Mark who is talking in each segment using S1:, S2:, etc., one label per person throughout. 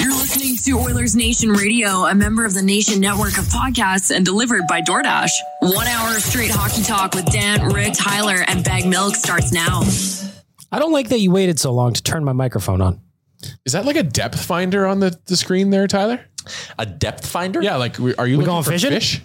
S1: You're listening to Oilers Nation Radio, a member of the Nation Network of podcasts and delivered by DoorDash. One hour of straight hockey talk with Dan, Rick, Tyler, and Bag Milk starts now.
S2: I don't like that you waited so long to turn my microphone on.
S3: Is that like a depth finder on the, the screen there, Tyler?
S4: A depth finder?
S3: Yeah, like we- are you
S2: We
S3: looking
S2: going
S3: for
S2: fishing?
S3: fish?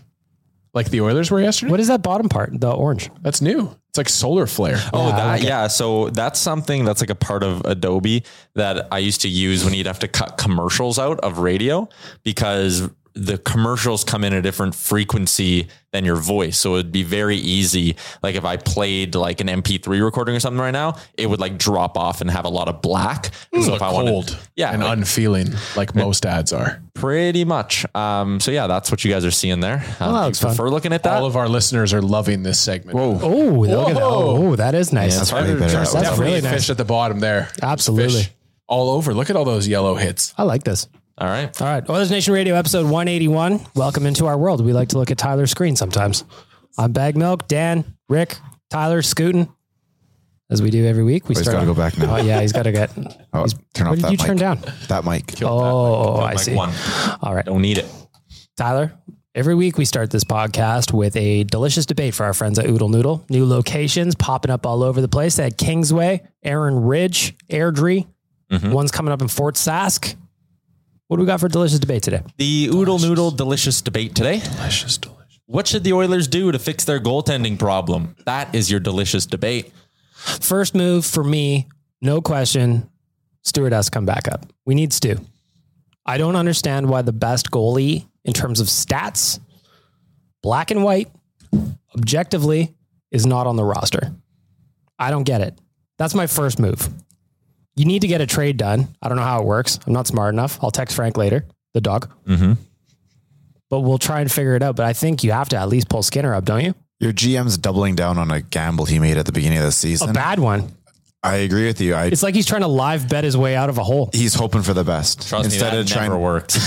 S3: Like the Oilers were yesterday?
S2: What is that bottom part? The orange.
S3: That's new. It's like solar flare.
S4: Oh,
S2: Yeah, I
S4: that,
S2: like it.
S4: yeah. So that's something that's like a part of Adobe that I used to use when you'd have to cut commercials out of radio because the commercials come in a different frequency than your voice. So it'd be very easy. Like if I played like an MP3 recording or something right now, it would like drop off and have a lot of black. so
S2: Hmm.
S3: So
S4: if I
S3: cold
S4: wanted, yeah,
S3: and
S4: like,
S3: unfeeling, like most ads are.
S4: pretty much. Um, so yeah, that's what you guys are seeing there. Um,
S2: that
S5: Oh,
S4: if
S2: looks
S4: you
S2: fun.
S4: prefer looking at that.
S3: All of our listeners are loving this segment. Whoa,
S2: Oh, look at that. Oh, that is nice.
S4: that's right.
S2: That's
S3: definitely
S2: really nice.
S3: fish at the bottom there.
S2: Absolutely.
S3: Fish all over. Look at all those yellow hits.
S2: I like this.
S4: All right.
S2: All right. Oilers Nation Radio episode 181. Welcome into our world. We like to look at Tyler's screen sometimes. I'm Bag Milk, Dan, Rick, Tyler, Scootin. As we do every week, we
S5: he's
S2: start.
S5: gotta go back now.
S2: Oh, yeah, he's got to get.
S5: Oh,
S2: he's-
S5: turn
S2: what
S5: off
S2: did
S5: that
S2: you
S5: mic.
S2: turn down?
S5: That mic.
S2: Oh, I see.
S4: One.
S2: All right.
S4: Don't need it.
S2: Tyler, every week we start this podcast with a delicious debate for our friends at Oodle Noodle. New locations popping up all over the place at Kingsway, Aaron Ridge, Airdrie. One's coming up in Fort Sask. What do we got for delicious debate today?
S4: The oodle noodle delicious debate today. Delicious, delicious. What should the Oilers do to fix their goaltending problem? That is your delicious debate.
S2: First move for me, no question, Stuart S. come back up. We need Stu. I don't understand why the best goalie in terms of stats, black and white, objectively, is not on the roster. I don't get it. That's my first move. You need to get a trade done. I don't know how it works. I'm not smart enough. I'll text Frank later, the dog. But we'll try and figure it out. But I think you have to at least pull Skinner up, don't you?
S5: Your GM's doubling down on a gamble he made at the beginning of the
S2: A
S5: season.
S2: bad one.
S5: I agree with you. I,
S2: It's like he's trying to live bet his way out of a hole.
S5: he's hoping for the best
S4: Trust me, that never
S5: trying
S4: worked.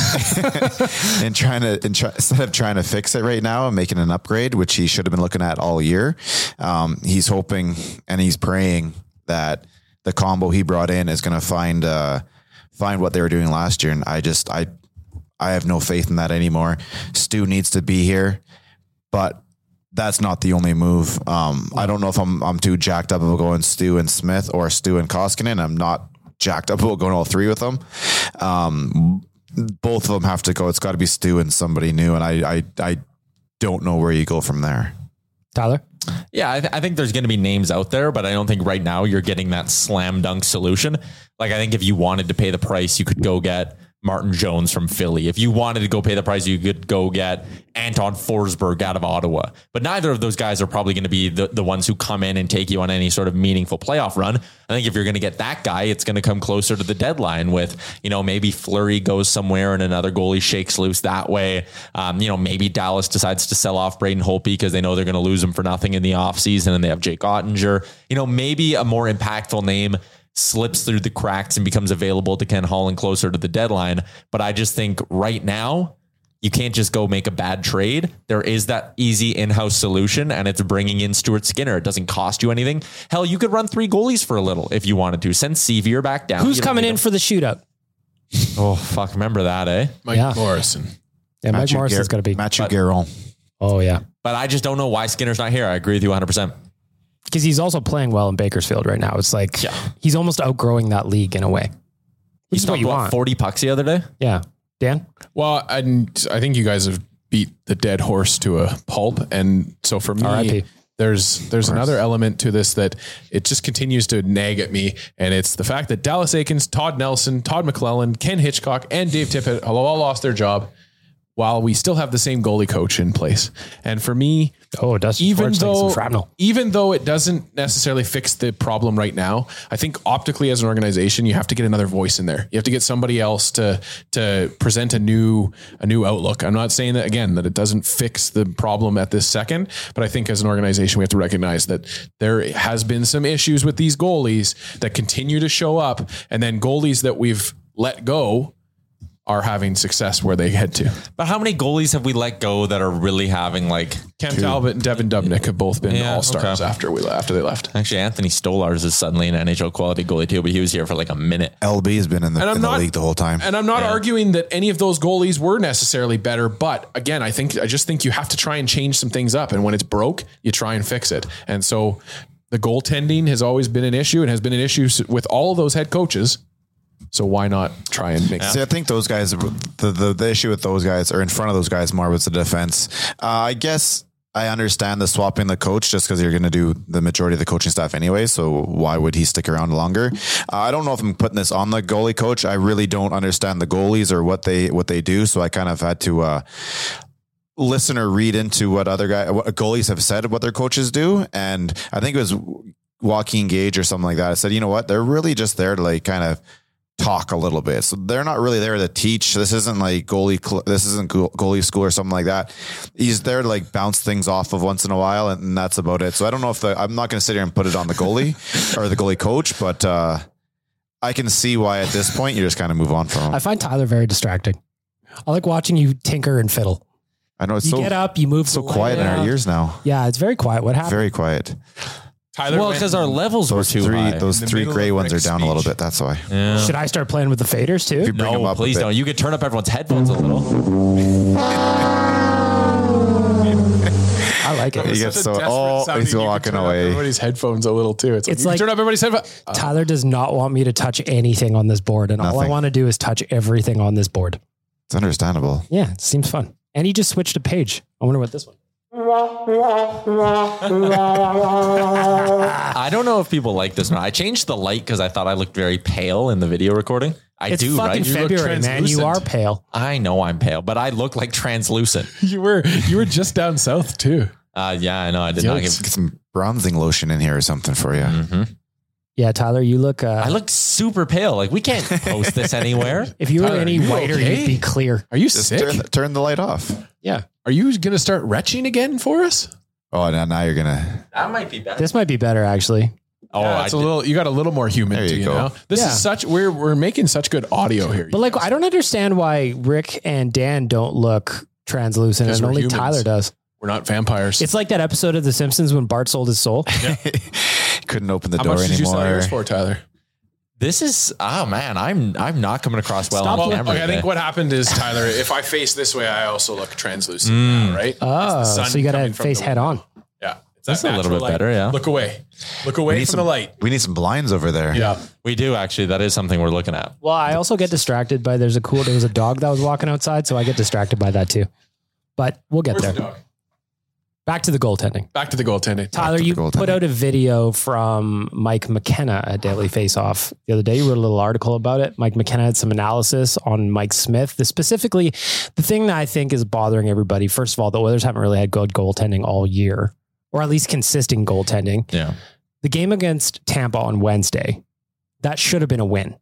S5: and trying to and try, instead of trying to fix it right now and making an upgrade, which he should have been looking at all year. Um, he's hoping and he's praying that the combo he brought in is going to find uh, find what they were doing last year. And I just I I have no faith in that anymore. Stu needs to be here, but that's not the only move. Um, I don't know if I'm I'm too jacked up about going Stu and Smith or Stu and Koskinen. I'm not jacked up about going all three with them. Um, both of them have to go. It's got to be Stu and somebody new, and I I I don't know where you go from there.
S2: Tyler?
S4: Yeah, I, th- I think there's going to be names out there, but I don't think right now you're getting that slam dunk solution. Like, I think if you wanted to pay the price, you could go get Martin Jones from Philly. If you wanted to go pay the price, you could go get Anton Forsberg out of Ottawa. But neither of those guys are probably going to be the, the ones who come in and take you on any sort of meaningful playoff run. I think if you're going to get that guy, it's going to come closer to the deadline with, you know, maybe Flurry goes somewhere and another goalie shakes loose that way. Um, you know, maybe Dallas decides to sell off Braden Holpe because they know they're going to lose him for nothing in the offseason and they have Jake Ottinger. You know, maybe a more impactful name slips through the cracks and becomes available to Ken Holland closer to the deadline. But I just think right now, you can't just go make a bad trade. There is that easy in house solution, and it's bringing in Stuart Skinner. It doesn't cost you anything. Hell, you could run three goalies for a little if you wanted to. Send Sevier back down.
S2: Who's
S4: You don't
S2: coming
S4: need
S2: in
S4: him.
S2: for the shootout?
S4: Oh, fuck. Remember that, eh?
S5: Mike
S2: Yeah.
S5: Morrison.
S2: Yeah, Mike
S3: Matthew
S2: Morrison's
S3: Gar-
S2: got to be.
S3: Matthew Garrel.
S2: Oh yeah,
S4: But I just don't know why Skinner's not here. I agree with you 100%.
S2: because he's also playing well in Bakersfield right now. It's like
S4: Yeah.
S2: he's almost outgrowing that league in a way.
S4: He
S2: Which is what
S4: stopped,
S2: you
S4: what,
S2: want.
S4: 40 pucks the other day?
S2: Yeah, Dan.
S5: Well, and I think you guys have beat the dead horse to a pulp, and so for me,
S2: R.I.P..
S5: there's there's another element to this that it just continues to nag at me, and it's the fact that Dallas Aikens, Todd Nelson, Todd McClellan, Ken Hitchcock, and Dave Tippett have all lost their job, while we still have the same goalie coach in place. And for me,
S2: Oh, Dustin
S5: even
S2: Schwartz takes some
S5: though
S2: shrapnel.
S5: even though it doesn't necessarily fix the problem right now, I think optically as an organization, you have to get another voice in there. You have to get somebody else to to present a new a new outlook. I'm not saying that again that it doesn't fix the problem at this second, but I think as an organization, we have to recognize that there has been some issues with these goalies that continue to show up, and then goalies that we've let go are having success where they head to.
S4: But how many goalies have we let go that are really having, like,
S5: Cam Talbot and Devin Dubnik have both been
S4: Yeah,
S5: all stars
S4: okay.
S5: after we after they left.
S4: actually, Anthony Stolars is suddenly an NHL quality goalie, too, but he was here for like a minute.
S3: LB has been in the,
S5: I'm
S3: in the
S5: not-
S3: league the whole time.
S5: And I'm not arguing that any of those goalies were necessarily better, but again, I think I just think you have to try and change some things up. And when it's broke, you try and fix it. And so the goaltending has always been an issue and has been an issue s- with all of those head coaches. So why not try and make
S3: See, I think those guys, the, the the issue with those guys or in front of those guys more was the defense. Uh, I guess I understand the swapping the coach just because you're going to do the majority of the coaching staff anyway. So why would he stick around longer? Uh, I don't know if I'm putting this on the goalie coach. I really don't understand the goalies or what they what they do. So I kind of had to. Uh, listen or read into what other guy what goalies have said what their coaches do and i think it was Joaquin Gage or something like that. I said, you know what? They're really just there to like kind of talk a little bit. So they're not really there to teach. This isn't like goalie. Cl- this isn't go- goalie school or something like that. He's there to like bounce things off of once in a while, and, and that's about it. So I don't know if the, I'm not going to sit here and put it on the goalie or the goalie coach, but uh, I can see why at this point you just kind of move on from.
S2: I
S3: Him.
S2: find Tyler very distracting. I like watching you tinker and fiddle.
S3: I know it's
S2: You
S3: so
S2: get up, you move
S3: so
S2: the light
S3: quiet in
S2: up.
S3: our ears now.
S2: Yeah, it's very quiet. What happened?
S3: Very quiet.
S5: Tyler?
S4: Well,
S5: went-
S4: because our levels were
S3: Those
S4: too
S3: three,
S4: high.
S3: those
S5: In the
S3: three
S5: middle
S3: gray
S5: of
S3: ones are
S5: Rick's
S3: down a little
S5: speech.
S3: bit. That's why.
S2: Should I start playing with the faders too?
S3: If you bring them
S4: No,
S3: up a
S4: please
S3: bit.
S4: don't. You could turn up everyone's headphones a little.
S2: I like it.
S3: You get
S5: Such a
S3: so
S5: desperate
S3: oh,
S5: sounding-
S3: he's
S5: you can
S3: walking
S5: turn up
S3: away.
S5: Everybody's headphones a little too. It's,
S2: It's
S5: like,
S2: like-
S5: you can turn up everybody's headphones.
S2: Tyler does not want me to touch anything on this board, and all I
S3: Nothing.
S2: want to do is touch everything on this board.
S3: It's understandable.
S2: Yeah, it seems fun. And he just switched a page. I wonder what this one.
S4: I don't know if people like this or not. I changed the light because I thought I looked very pale in the video recording. I
S2: It's
S4: do,
S2: fucking
S4: right?
S5: look
S2: February, man. You are
S5: translucent.
S2: pale.
S4: I know I'm pale, but I look like translucent.
S5: You were you were just down south too.
S4: Uh, yeah, I know. I did not
S5: Yikes.
S4: give.
S3: Get some bronzing lotion in here or something for you.
S5: Mm-hmm.
S4: Mhm.
S2: Yeah, Tyler, you look. Uh,
S4: I look super pale. Like we can't post this anywhere.
S2: if you were
S5: Tyler,
S2: any
S5: you
S2: whiter,
S5: okay?
S2: you'd be clear.
S5: Are you
S3: Just
S5: sick?
S3: turn, turn the light off.
S2: Yeah,
S5: Are you going to start retching again for us?
S3: Oh, now, now you're gonna.
S4: That might be better.
S2: this might be better actually.
S4: Oh,
S5: yeah,
S4: I
S5: it's
S4: did-
S5: a little. You got a little more human.
S3: There
S5: to
S3: you
S5: you
S3: go.
S5: now. This
S2: Yeah.
S5: is such. We're we're making such good audio here.
S2: But like, I don't understand why Rick and Dan don't look translucent,
S5: 'Cause
S2: and
S5: we're
S2: only
S5: humans.
S2: Tyler does.
S5: we're not vampires.
S2: It's like that episode of The Simpsons when Bart sold his soul.
S3: Couldn't open the
S5: How
S3: door
S5: much did you sell
S3: anymore.
S5: yours for, Tyler?
S4: this is. Oh man, I'm I'm not coming across well.
S2: Stop
S4: on
S2: Well,
S5: Well,
S4: camera
S5: okay, I
S4: today.
S5: think what happened is Tyler. If I face this way, I also look translucent, now, right? It's the
S2: Oh,
S5: sun
S2: so you got to
S5: coming from
S2: face
S5: the-
S2: head on.
S5: Yeah, it's
S4: That's
S5: that
S4: a little
S5: natural
S4: bit better, yeah.
S5: Look away, look away from
S3: some
S5: the light.
S3: We need some blinds over there.
S5: Yeah,
S4: we do actually. That is something we're looking at.
S2: Well, I also get distracted by there's a cool there was a dog that was walking outside, so I get distracted by that too. But we'll get
S5: where's the
S2: there.
S5: dog?
S2: Back to the goaltending.
S5: Back to the goaltending.
S2: Tyler,
S3: to the
S2: you
S3: goaltending.
S2: put out a video from Mike McKenna at Daily Faceoff the other day. You wrote a little article about it. Mike McKenna had some analysis on Mike Smith. The, specifically, the thing that I think is bothering everybody, first of all, the Oilers haven't really had good goaltending all year, or at least consistent goaltending.
S4: Yeah.
S2: The game against Tampa on Wednesday, that should have been a win.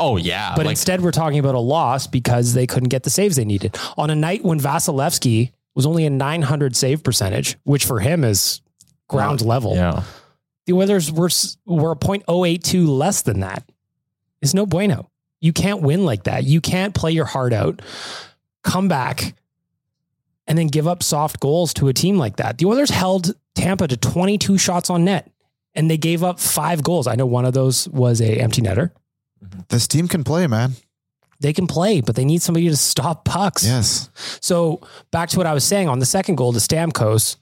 S4: Oh yeah,
S2: But
S4: like,
S2: instead, we're talking about a loss because they couldn't get the saves they needed on a night when Vasilevsky was only a 900 save percentage, which for him is ground level.
S4: yeah.
S2: The Oilers were s- were a .082 less than that. It's no bueno. You can't win like that. You can't play your heart out, come back, and then give up soft goals to a team like that. The Oilers held Tampa to 22 shots on net, and they gave up five goals. I know one of those was a empty netter.
S3: This team can play, man.
S2: They can play, but they need somebody to stop pucks.
S3: Yes.
S2: So back to what I was saying on the second goal to Stamkos,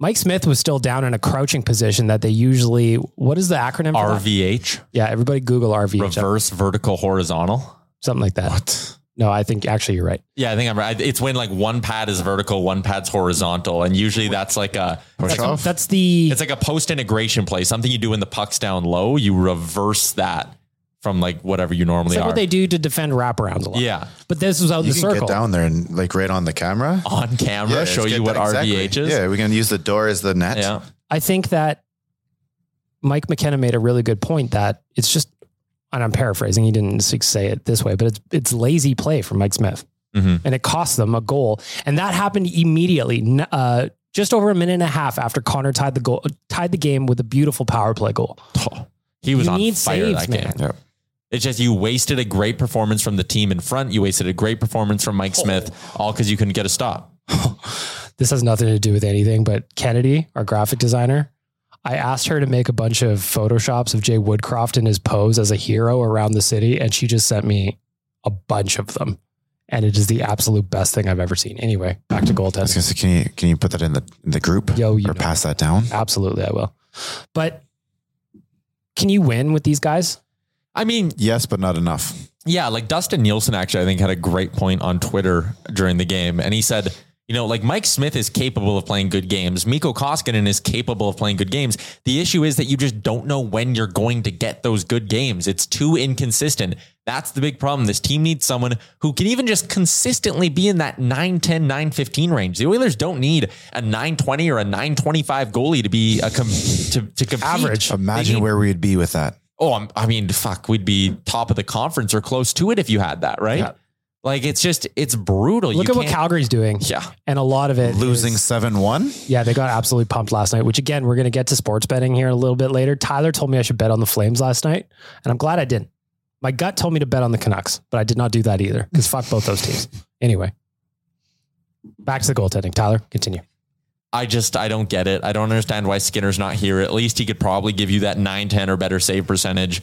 S2: Mike Smith was still down in a crouching position that they usually. What is the acronym? for that?
S4: RVH,
S2: Yeah, everybody Google RV
S4: reverse vertical horizontal.
S2: something like that.
S4: What?
S2: No, I think actually you're right.
S4: Yeah, I think I'm right. It's when like one pad is vertical, one pad's horizontal, and usually that's like a
S3: Push off.
S2: That's the
S4: it's like a post integration play, something you do when the puck's down low. You reverse that from like whatever you normally
S2: it's like
S4: are.
S2: what they do to defend wraparounds a lot.
S4: yeah,
S2: but this was out
S3: You
S2: the
S3: can
S2: circle.
S3: get down there and like right on the camera.
S4: on camera,
S3: Yeah,
S4: show
S3: just
S4: you
S3: get
S4: what
S3: that-
S4: RVH
S3: exactly.
S4: is.
S3: Yeah, we can use the door as the net.
S4: yeah.
S2: I think that Mike McKenna made a really good point that it's just, and I'm paraphrasing. He didn't say it this way, but it's it's lazy play from Mike Smith,
S4: Mhm.
S2: and it cost them a goal. And that happened immediately, n- uh, just over a minute and a half after Connor tied the goal, tied the game with a beautiful power play goal.
S4: He was
S2: You
S4: on
S2: need
S4: fire
S2: saves,
S4: that
S2: man.
S4: game. It's just you wasted a great performance from the team in front. You wasted a great performance from
S2: Oh.
S4: Mike Smith, all because you couldn't get a stop.
S2: this has nothing to do with anything, but Kennedy, our graphic designer, I asked her to make a bunch of photoshops of Jay Woodcroft in his pose as a hero around the city, and she just sent me a bunch of them. And it is the absolute best thing I've ever seen. Anyway, back to
S3: I was
S2: goaltending.
S3: gonna say, can you can you put that in the in the group
S2: Yo, you
S3: or
S2: know.
S3: pass that down?
S2: Absolutely, I will. But can you win with these guys?
S4: I mean,
S3: Yes, but not enough.
S4: Yeah, like Dustin Nielsen actually, I think, had a great point on Twitter during the game. And he said, you know, like Mike Smith is capable of playing good games. Miko Koskinen is capable of playing good games. The issue is that you just don't know when you're going to get those good games. It's too inconsistent. That's the big problem. This team needs someone who can even just consistently be in that 9 10, 9 15 range. The Oilers don't need a 920 or a 925 goalie to be a com- to, to compete.
S2: Average.
S4: They
S3: Imagine
S4: need-
S3: where we'd be with that.
S4: oh, I'm, I mean, fuck, we'd be top of the conference or close to it if you had that, right?
S2: Yeah.
S4: Like it's just it's brutal.
S2: Look
S4: you
S2: at what
S4: can't-
S2: Calgary's doing.
S4: Yeah,
S2: And a lot of it
S3: Losing
S2: is-
S3: seven one.
S2: Yeah, they got absolutely pumped last night, which again, we're going to get to sports betting here a little bit later. Tyler told me I should bet on the Flames last night, and I'm glad I didn't. My gut told me to bet on the Canucks, but I did not do that either because fuck both those teams. Anyway, back to the goaltending. Tyler, continue.
S4: I just I don't get it. I don't understand why Skinner's not here. At least he could probably give you that 9-10 or better save percentage.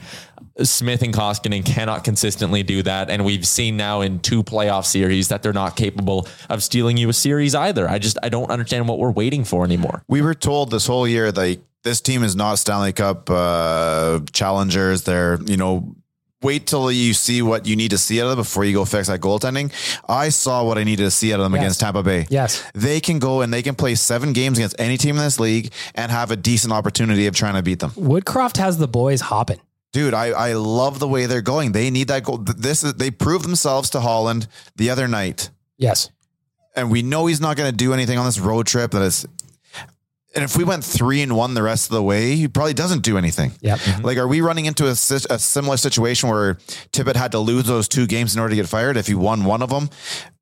S4: Smith and Koskinen cannot consistently do that, and we've seen now in two playoff series that they're not capable of stealing you a series either. I just I don't understand what we're waiting for anymore.
S3: We were told this whole year like this team is not Stanley Cup uh, challengers. They're you know wait till you see what you need to see out of them before you go fix that goaltending. I saw what I needed to see out of them
S2: Yes.
S3: against Tampa Bay.
S2: Yes.
S3: They can go and they can play seven games against any team in this league and have a decent opportunity of trying to beat them.
S2: Woodcroft has the boys hopping.
S3: Dude, I, I love the way they're going. They need that goal. Th- This is, they proved themselves to Holland the other night,
S2: Yes.
S3: and we know he's not going to do anything on this road trip. That is, and if we went three and one the rest of the way, he probably doesn't do anything.
S2: Yep.
S3: Like, are we running into a, si- a similar situation where Tippett had to lose those two games in order to get fired? If he won one of them,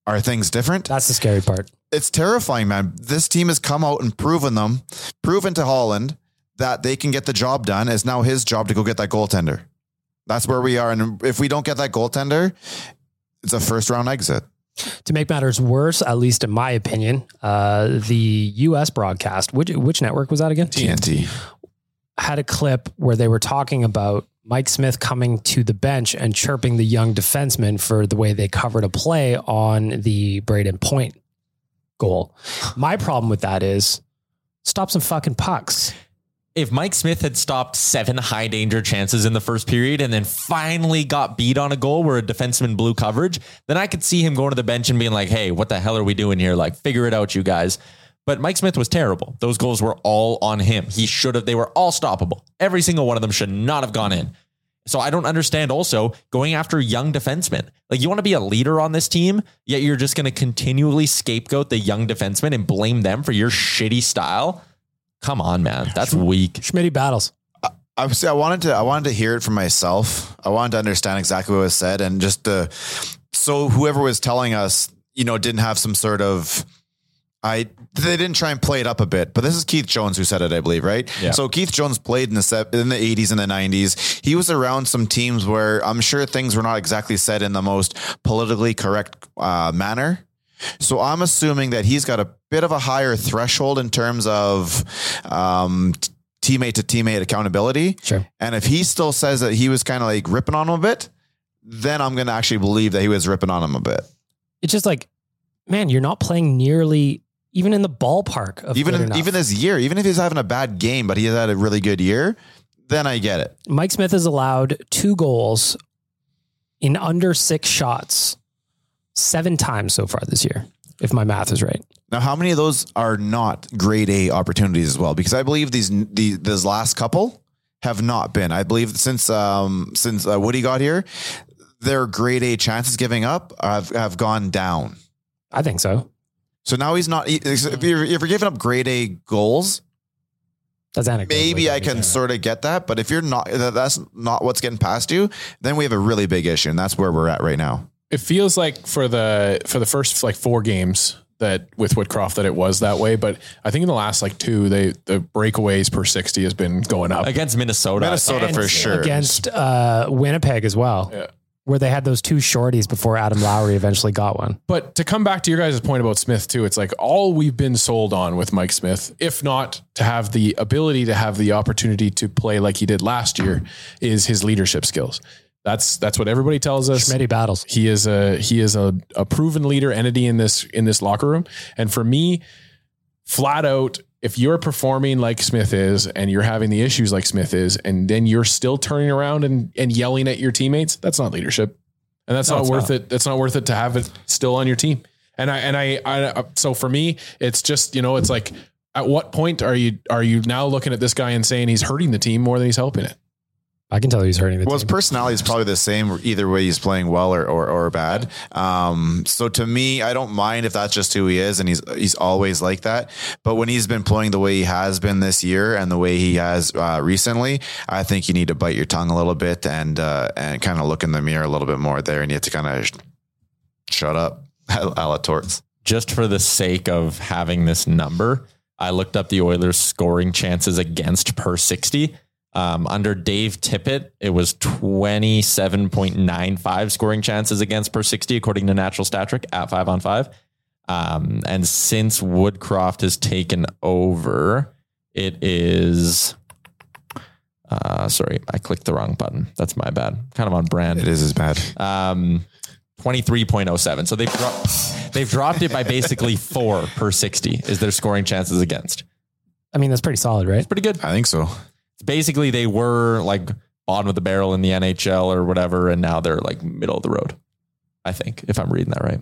S3: are things different?
S2: That's the scary part.
S3: it's terrifying, man. This team has come out and proven them, proven to Holland that they can get the job done. It's now his job to go get that goaltender. That's where we are. And if we don't get that goaltender, it's a first round exit.
S2: To make matters worse, at least in my opinion, uh, the U.S. broadcast, which, which network was that again?
S3: TNT.
S2: had a clip where they were talking about Mike Smith coming to the bench and chirping the young defenseman for the way they covered a play on the Braden Point goal. My problem with that is stop some fucking pucks.
S4: if Mike Smith had stopped seven high danger chances in the first period and then finally got beat on a goal where a defenseman blew coverage, then I could see him going to the bench and being like, hey, what the hell are we doing here? Like, figure it out, you guys. But Mike Smith was terrible. Those goals were all on him. He should have, they were all stoppable. Every single one of them should not have gone in. So I don't understand also going after young defensemen. Like you want to be a leader on this team, yet you're just going to continually scapegoat the young defensemen and blame them for your shitty style. Come on, man. That's weak.
S2: Schmitty battles.
S3: I was, I wanted to I wanted to hear it from myself. I wanted to understand exactly what was said and just the so whoever was telling us, you know, didn't have some sort of I they didn't try and play it up a bit, but this is Keith Jones who said it, I believe, right?
S4: Yeah.
S3: So Keith Jones played in the se- in the eighties and the nineties. He was around some teams where I'm sure things were not exactly said in the most politically correct uh, manner. So I'm assuming that he's got a bit of a higher threshold in terms of um, t- teammate to teammate accountability.
S2: Sure.
S3: And if he still says that he was kind of like ripping on him a bit, then I'm going to actually believe that he was ripping on him a bit.
S2: It's just like, man, you're not playing nearly even in the ballpark of
S3: even
S2: good
S3: in,
S2: enough.
S3: even this year, even if he's having a bad game, but he's had a really good year, then I get it.
S2: Mike Smith has allowed two goals in under six shots seven times so far this year, if my math is right.
S3: Now, how many of those are not grade A opportunities as well? Because I believe these the this last couple have not been. I believe since um since uh, Woody got here, their grade A chances giving up have have gone down.
S2: I think so.
S3: So now he's not. If you're, if you're giving up grade A goals,
S2: That's anecdotal.
S3: maybe I can sort of get that. But if you're not, that- that's not what's getting past you. Then we have a really big issue, and that's where we're at right now.
S5: It feels like for the for the first like four games that with Woodcroft that it was that way, but I think in the last like two, they the breakaways per sixty has been going up.
S4: Against Minnesota.
S3: Minnesota for sure.
S2: Against uh, Winnipeg as well,
S5: Yeah.
S2: where they had those two shorties before Adam Lowry eventually got one.
S5: But to come back to your guys' point about Smith too, it's like all we've been sold on with Mike Smith, if not to have the ability to have the opportunity to play like he did last year, is his leadership skills. That's that's what everybody tells us.
S2: Schmitty battles.
S5: He is a he is a, a proven leader entity in this in this locker room. And for me, flat out, if you're performing like Smith is and you're having the issues like Smith is, and then you're still turning around and, and yelling at your teammates, that's not leadership. And that's
S2: No,
S5: not
S2: it's
S5: worth
S2: not.
S5: it. That's not worth it to have it still on your team. And I and I, I so for me, it's just, you know, it's like at what point are you are you now looking at this guy and saying he's hurting the team more than he's helping it?
S2: I can tell he's hurting the
S3: Well, his
S2: team.
S3: personality is probably the same either way he's playing well or, or, or bad. Um, so to me, I don't mind if that's just who he is and he's he's always like that. But when he's been playing the way he has been this year and the way he has uh, recently, I think you need to bite your tongue a little bit and uh, and kind of look in the mirror a little bit more there, and you have to kind of sh- shut up. A la torts.
S4: just for the sake of having this number, I looked up the Oilers scoring chances against per 60. Um, under Dave Tippett, it was 27.95 scoring chances against per 60, according to Natural Stat Trick at five on five. Um, and since Woodcroft has taken over, it is. Uh, sorry, I clicked the wrong button. That's my bad. Kind of on brand
S3: It is as bad.
S4: um, 23.07. So they've, dro- they've dropped it by basically four per 60 is their scoring chances against.
S2: I mean, that's pretty solid, right?
S4: Pretty good.
S3: I think so.
S4: Basically, they were like bottom of the barrel in the NHL or whatever, and now they're like middle of the road, I think, if I'm reading that right.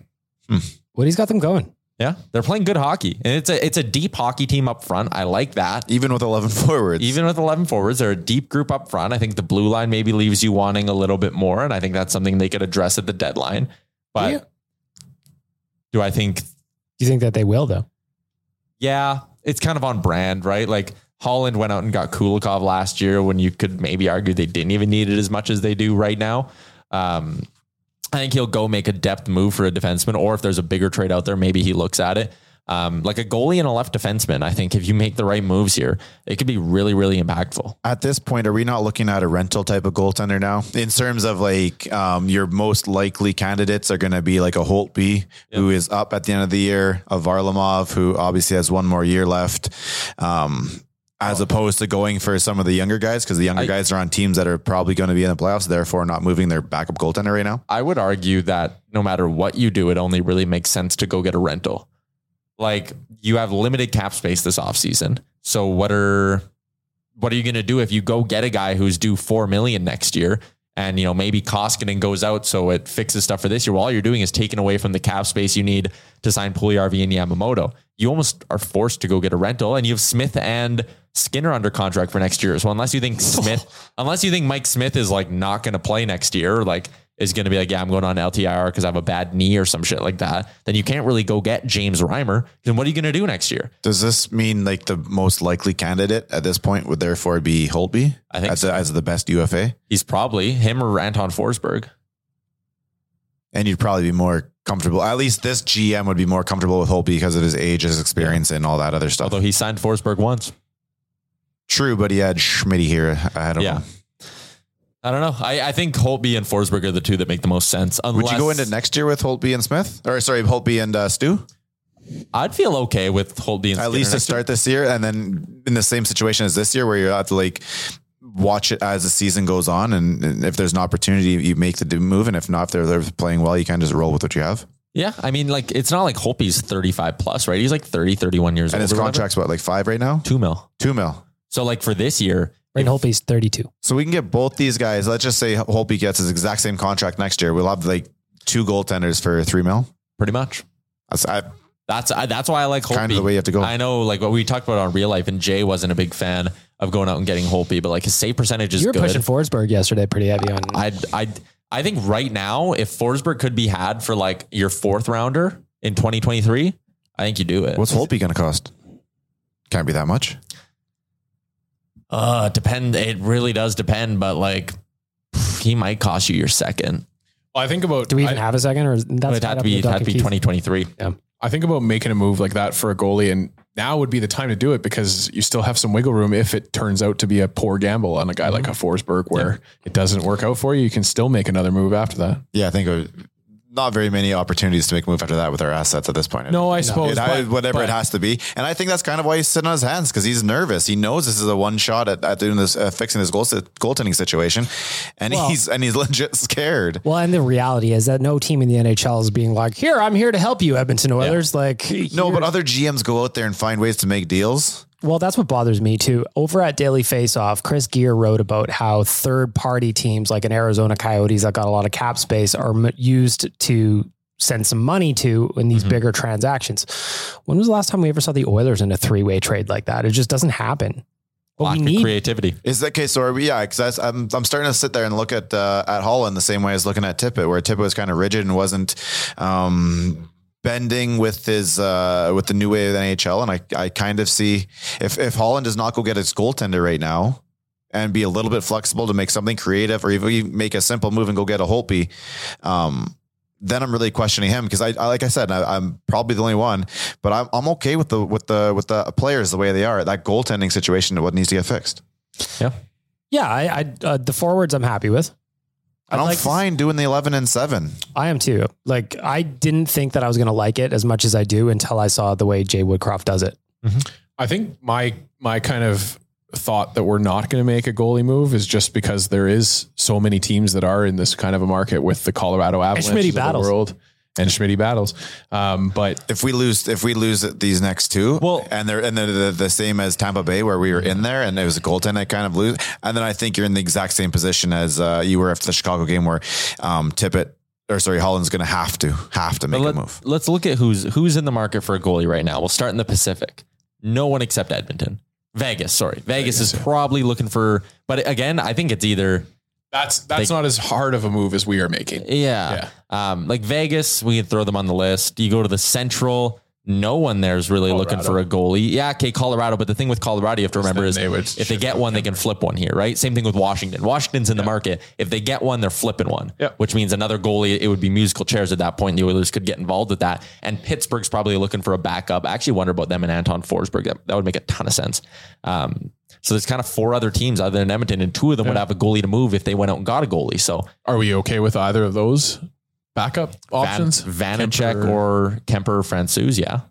S2: Woody's got them going.
S4: Yeah, they're playing good hockey, and it's a it's a deep hockey team up front. I like that.
S3: Even with eleven forwards,
S4: Even with 11 forwards, they're a deep group up front. I think the blue line maybe leaves you wanting a little bit more, and I think that's something they could address at the deadline. But
S2: Yeah.
S4: do I think
S2: Do you think that they will, though?
S4: yeah, it's kind of on brand, right? Like Holland went out and got Kulikov last year when you could maybe argue they didn't even need it as much as they do right now. Um, I think he'll go make a depth move for a defenseman, or if there's a bigger trade out there, maybe he looks at it. Um, like a goalie and a left defenseman, I think if you make the right moves here, it could be really, really impactful.
S3: At this point, are we not looking at a rental type of goaltender now? In terms of like um, your most likely candidates are going to be like a Holtby who is up at the end of the year, a Varlamov who obviously has one more year left, um, as opposed to going for some of the younger guys because the younger
S4: I-
S3: guys are on teams that are probably going to be in the playoffs, therefore not moving their backup goaltender right now.
S4: I would argue that no matter what you do, it only really makes sense to go get a rental. Like you have limited cap space this offseason. So what are what are you going to do if you go get a guy who's due 4 million next year and you know maybe Koskinen goes out, so it fixes stuff for this year. Well, all you're doing is taking away from the cap space you need to sign Puljujarvi and Yamamoto. You almost are forced to go get a rental, and you have Smith and Skinner under contract for next year as well. Unless you think Smith, unless you think Mike Smith is like not going to play next year, like is going to be like, yeah, I'm going on LTIR because I have a bad knee or some shit like that. Then you can't really go get James Reimer. Then what are you going to do next year?
S3: Does this mean like the most likely candidate at this point would therefore be Holtby?
S4: I think
S3: as,
S4: so.
S3: the, as the best UFA,
S4: He's probably him or Anton Forsberg.
S3: and you'd probably be more comfortable. At least this GM would be more comfortable with Holtby because of his age, his experience, and all that other stuff.
S4: Although he signed Forsberg once.
S3: True, but he had Schmidt here ahead of
S4: Yeah.
S3: him.
S4: I don't know. I, I think Holtby and Forsberg are the two that make the most sense.
S3: Would
S4: Unless
S3: you go into next year with Holtby and Smith, or sorry, Holtby and uh, Stu?
S4: I'd feel okay with Holtby and
S3: At
S4: Skinner
S3: least to
S4: next year.
S3: start this year, and then in the same situation as this year, where you have to like watch it as the season goes on, and and if there's an opportunity, you make the move, and if not, if they're, they're playing well, you can just roll with what you have.
S4: Yeah, I mean, like it's not like Holtby's 35 plus, right? He's like 30, 31 years
S3: And
S4: old.
S3: his
S4: or whatever.
S3: contract's what, like five right now?
S4: two mil.
S3: Two mil.
S4: So like for this year,
S2: Brain Holpe's 32.
S3: So we can get both these guys. Let's just say Holtby gets his exact same contract next year. We'll have like two goaltenders for three mil.
S4: pretty much.
S3: That's I,
S4: That's I, that's why I like Holtby.
S3: kind of the way you have to go.
S4: I know, like what we talked about on real life, and Jay wasn't a big fan of going out and getting Holtby, but like his save percentage is
S2: you were
S4: good.
S2: pushing Forsberg yesterday pretty heavy on.
S4: I I I think right now, if Forsberg could be had for like your fourth rounder in 2023, I think you do it.
S3: What's Holtby going to cost? Can't be that much.
S4: Uh, depend. It really does depend, but like he might cost you your second.
S5: Well, I think about
S2: do we even
S5: I,
S2: have a second, or is- that's
S4: It'd have to be it'd have to be 2023.
S5: I think about making a move like that for a goalie, and now would be the time to do it because you still have some wiggle room if it turns out to be a poor gamble on a guy like a
S3: Mm-hmm.
S5: Forsberg where it doesn't work out for you. You can still make another move after that.
S3: Yeah, I think uh, not very many opportunities to make a move after that with our assets at this point.
S5: No, I suppose
S3: It- I-
S5: but-
S3: whatever
S5: but-
S3: it has to be, and I think that's kind of why he's sitting on his hands because he's nervous. He knows this is a one shot at, at doing this, uh, fixing this goal, goaltending situation, and he's and he's legit scared.
S2: Well, and the reality is that no team in the NHL is being like, "Here, I'm here to help you, Edmonton Oilers." Like,
S3: No, but other GMs go out there and find ways to make deals.
S2: Well, that's what bothers me too. Over at Daily Faceoff, Chris Gear wrote about how third-party teams like an Arizona Coyotes that got a lot of cap space are m- used to send some money to in these bigger transactions. When was the last time we ever saw the Oilers in a three-way trade like that? It just doesn't happen. But
S4: Lack
S2: we
S4: of
S2: need
S4: creativity.
S3: Is that okay? So are we, yeah, because I'm I'm starting to sit there and look at uh, at Holland the same way I was looking at Tippett, where Tippett was kind of rigid and wasn't um, bending with his uh, with the new way of the NHL. And I I kind of see if if Holland does not go get his goaltender right now and be a little bit flexible to make something creative or even make a simple move and go get a Holtby. Um, then I'm really questioning him because I, I like I said I, I'm probably the only one, but I'm, I'm okay with the with the with the players the way they are. That goaltending situation, what needs to get fixed.
S2: Yeah, I, I uh, the forwards I'm happy with. I'd
S3: And I'm
S2: like to
S3: fine doing the 11 and 7.
S2: I am too. Like I didn't think that I was going to like it as much as I do until I saw the way Jay Woodcroft does it.
S5: I think my my kind of thought that we're not going to make a goalie move is just because there is so many teams that are in this kind of a market with the Colorado Avalanche
S2: Schmitty
S5: of the
S2: battles.
S5: world and Schmitty battles. Um, but
S3: If we lose, if we lose these next two,
S4: Well-
S3: and they're and they're the, the same as Tampa Bay, where we were in there, and it was a goaltend that kind of lose, and then I think you're in the exact same position as uh, you were after the Chicago game, where um, Tippett or sorry Holland's going to have to have to make
S4: But
S3: a move.
S4: Let's look at who's who's in the market for a goalie right now. We'll start in the Pacific. No one except Edmonton. Vegas, sorry. Vegas, is probably looking for but again, I think it's either
S5: that's that's not as hard of a move as we are making.
S4: yeah. Um like Vegas, we could throw them on the list. You go to the Central, no one there's really looking for a goalie. Yeah, okay, Colorado, but the thing with Colorado you have to remember is
S5: they would
S4: if they get one, they can flip one here, right? Same thing with Washington. Washington's in the market. If they get one, they're flipping one,
S5: Yeah.
S4: which means another goalie, it would be musical chairs at that point. The Oilers could get involved with that. And Pittsburgh's probably looking for a backup. I actually wonder about them and Anton Forsberg. That, that would make a ton of sense. Um, so there's kind of four other teams other than Edmonton, and two of them would have a goalie to move if they went out and got a goalie. So
S5: Are we okay with either of those backup
S4: Van,
S5: options?
S4: Vanacek
S5: Kemper-
S4: or Kemper Francouz, yeah.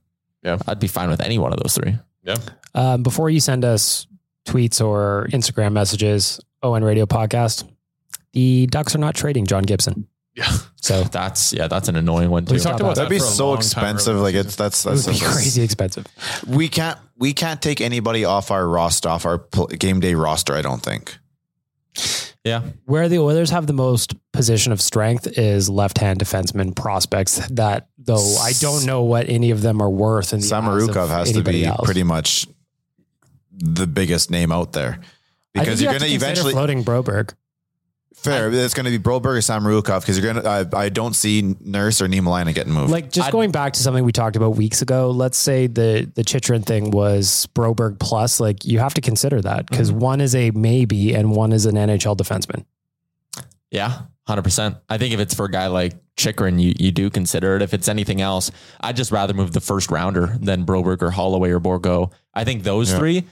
S5: Yeah.
S4: I'd be fine with any one of those three.
S5: yeah.
S2: Um, before you send us tweets or Instagram messages, ON Radio Podcast, the Ducks are not trading John Gibson.
S5: Yeah.
S2: So
S4: That's yeah, that's an annoying one too.
S2: We talked about
S3: That'd
S5: that
S3: be
S5: for a
S3: so
S5: long time
S3: expensive.
S5: earlier
S3: Like
S5: this
S3: it's that's
S2: it
S3: that's,
S2: would be
S3: that's-
S2: crazy expensive.
S3: We can't we can't take anybody off our roster off our pl- game day roster. I don't think.
S5: Yeah.
S2: Where the Oilers have the most position of strength is left-hand defenseman prospects. That though I don't know what any of them are worth. In the eyes of
S3: Samarukov has to
S2: anybody
S3: be
S2: else.
S3: pretty much the biggest name out there
S2: I think
S3: because
S2: you
S3: you're
S2: have
S3: going to
S2: consider
S3: eventually
S2: floating Broberg.
S3: fair. It's going to be Broberg or Samarukov because you're going to. I, I don't see Nurse or Niemelainen getting moved.
S2: Like just going back to something we talked about weeks ago. Let's say the the Chitrin thing was Broberg plus. Like you have to consider that because one is a maybe and one is an NHL defenseman.
S4: Yeah, hundred percent. I think if it's for a guy like Chikrin, you you do consider it. If it's anything else, I'd just rather move the first rounder than Broberg or Holloway or Borgo. I think those
S3: Yeah.
S4: three,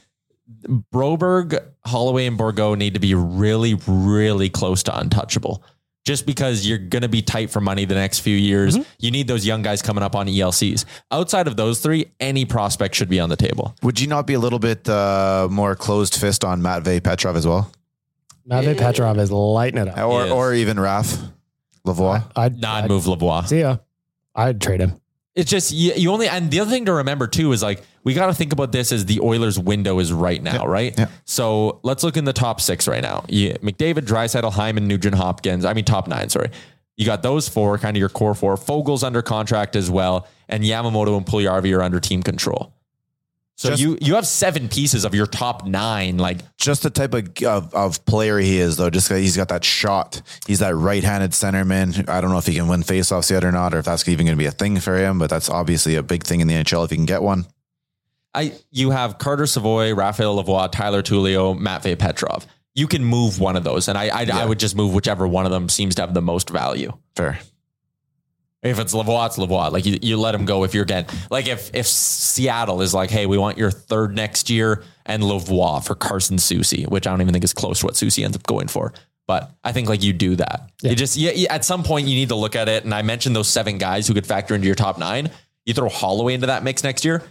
S4: Broberg, Holloway, and Borgo, need to be really, really close to untouchable. Just because you're going to be tight for money the next few years, you need those young guys coming up on ELCs. Outside of those three, any prospect should be on the table.
S3: Would you not be a little bit uh, more closed fist on Matvey Petrov as well,
S2: Matvey Petrov is lighting it up.
S3: or
S4: Yes.
S3: or even Raf Lavoie?
S2: I'd,
S4: Not
S2: I'd
S4: move Lavoie.
S2: see ya. I'd trade him.
S4: It's just you, you only and the other thing to remember too is like we got to think about this as the Oilers window is right now, right?
S3: yeah.
S4: So let's look in the top six right now. You, McDavid, Drysaddle, Hyman, Nugent, Hopkins. I mean top nine. Sorry, you got those four, kind of your core four. Fogel's under contract as well, and Yamamoto and Puliarvi are under team control. So
S3: Just-
S4: you you have seven pieces of your top nine. Like
S3: Just the type of, of of player he is, though. Just 'cause he's got that shot. He's that right-handed centerman. I don't know if he can win faceoffs yet or not, or if that's even going to be a thing for him. But that's obviously a big thing in the NHL if he can get one.
S4: I you have Carter Savoy, Raphael Lavoie, Tyler Tulio, Matvey Petrov. You can move one of those, and I I, I would just move whichever one of them seems to have the most value.
S3: Fair.
S4: If it's Lavoie, it's Lavoie. Like you, you let him go if you're getting like if if Seattle is like, hey, we want your third next year and Lavoie for Carson Susie, which I don't even think is close to what Susie ends up going for. But I think like you do that. You just yeah, yeah, at some point you need to look at it. And I mentioned those seven guys who could factor into your top nine. You throw Holloway into that mix next year.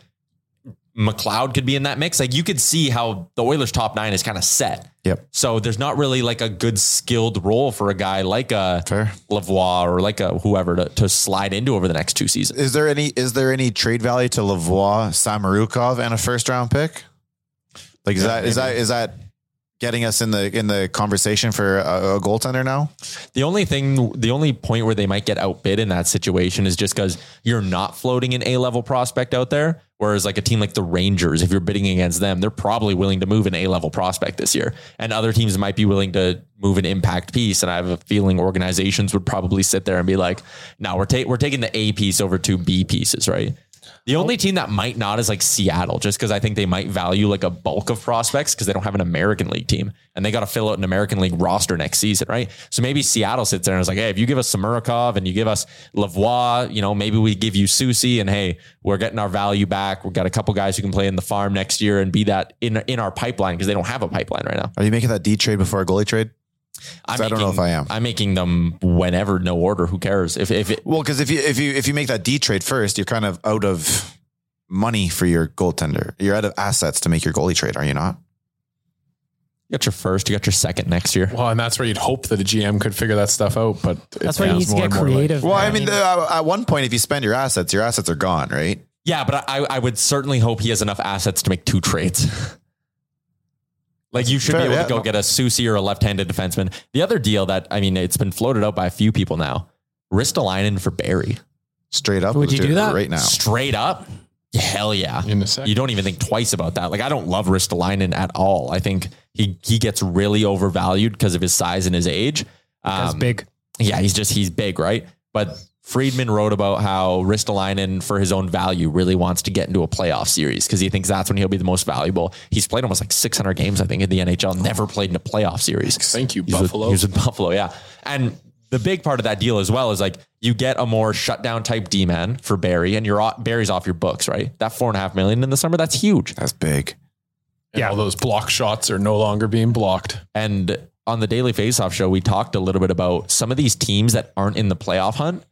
S4: McLeod could be in that mix. Like you could see how the Oilers top nine is kind of set.
S3: Yep.
S4: So there's not really like a good skilled role for a guy like a
S3: Fair.
S4: Lavoie or like a whoever to, to slide into over the next two seasons.
S3: Is there any is there any trade value to Lavoie, Samarukov, and a first round pick? Like is that is that is that getting us in the in the conversation for a, a goaltender now?
S4: The only thing, the only point where they might get outbid in that situation is just because you're not floating an A level prospect out there. Whereas like a team like the Rangers, if you're bidding against them, they're probably willing to move an A level prospect this year. And other teams might be willing to move an impact piece. And I have a feeling organizations would probably sit there and be like, no, we're, ta- we're taking the A piece over two B pieces, right? The only team that might not is like Seattle, just because I think they might value like a bulk of prospects because they don't have an American League team and they got to fill out an American League roster next season, right? So maybe Seattle sits there and is like, hey, if you give us Samurikov and you give us Lavoie, you know, maybe we give you Susie and hey, we're getting our value back. We've got a couple guys who can play in the farm next year and be that in in our pipeline because they don't have a pipeline right now.
S3: Are you making that D trade before a goalie trade?
S4: I'm
S3: So I don't know if I am.
S4: I'm making them whenever, no order. Who cares? If if it,
S3: Well, because if you if you if you make that D trade first, you're kind of out of money for your goaltender. You're out of assets to make your goalie trade, are you not?
S4: you got your first, you got your second next year.
S5: Well, and that's where you'd hope that a GM could figure that stuff out. But it
S2: That's why you
S5: sounds
S2: need to
S5: more
S2: get
S5: and more like-
S2: creative.
S3: Well, I
S2: man.
S3: mean, the, at one point, if you spend your assets, your assets are gone, right?
S4: Yeah, but I, I would certainly hope he has enough assets to make two trades. like you should
S3: Fair,
S4: be able
S3: yeah.
S4: to go get a Susie or a left-handed defenseman. The other deal that I mean, it's been floated out by a few people now: Ristolainen for Barry.
S3: Straight up,
S2: Would
S3: let's
S2: you
S3: do
S2: do
S3: it
S2: that?
S3: right now?
S4: Straight up, hell yeah!
S5: In a sec.
S4: You don't even think twice about that. Like I don't love Ristolainen at all. I think he he gets really overvalued because of his size and his age.
S2: That's
S4: Um,
S2: big.
S4: yeah, he's just he's big, right? But Friedman wrote about how Ristolainen, for his own value, really wants to get into a playoff series because he thinks that's when he'll be the most valuable. He's played almost like 600 games, I think, in the NHL. Never played in a playoff series.
S5: Thank you,
S4: He was with-
S5: Buffalo.
S4: he was with Buffalo, yeah. And the big part of that deal as well is like you get a more shutdown type D man for Barry, and you're off, Barry's off your books, right? That four and a half million in the summer, that's huge.
S3: That's big.
S5: And all those block shots are no longer being blocked.
S4: And on the Daily Faceoff show, we talked a little bit about some of these teams that aren't in the playoff hunt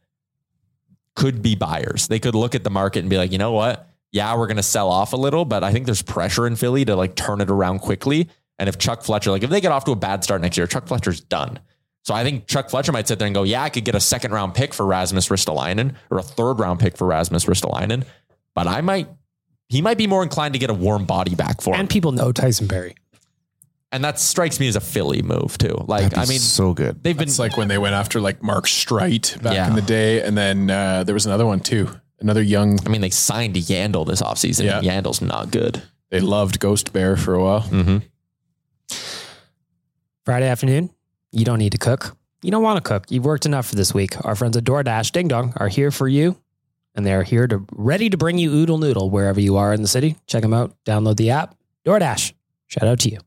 S4: could be buyers. They could look at the market and be like, you know what? Yeah, we're going to sell off a little, but I think there's pressure in Philly to like turn it around quickly. And if Chuck Fletcher, like if they get off to a bad start next year, Chuck Fletcher's done. So I think Chuck Fletcher might sit there and go, yeah, I could get a second round pick for Rasmus Ristolainen or a third round pick for Rasmus Ristolainen, but I might, he might be more inclined to get a warm body back for him.
S2: And people know Tyson Berry.
S4: And that strikes me as a Philly move too. Like, I mean,
S3: so good.
S4: they've been
S5: It's like when they went after like Mark Streit back
S4: Yeah.
S5: in the day, and then uh, there was another one too. Another young,
S4: I mean, they signed Yandel this offseason.
S5: Yeah.
S4: Yandel's not good.
S5: they loved Ghost Bear for a while.
S2: Mm-hmm. Friday afternoon, you don't need to cook. You don't want to cook. You've worked enough for this week. Our friends at DoorDash Ding Dong are here for you, and they are here to ready to bring you oodle noodle wherever you are in the city. Check them out. Download the app. DoorDash. Shout out to you,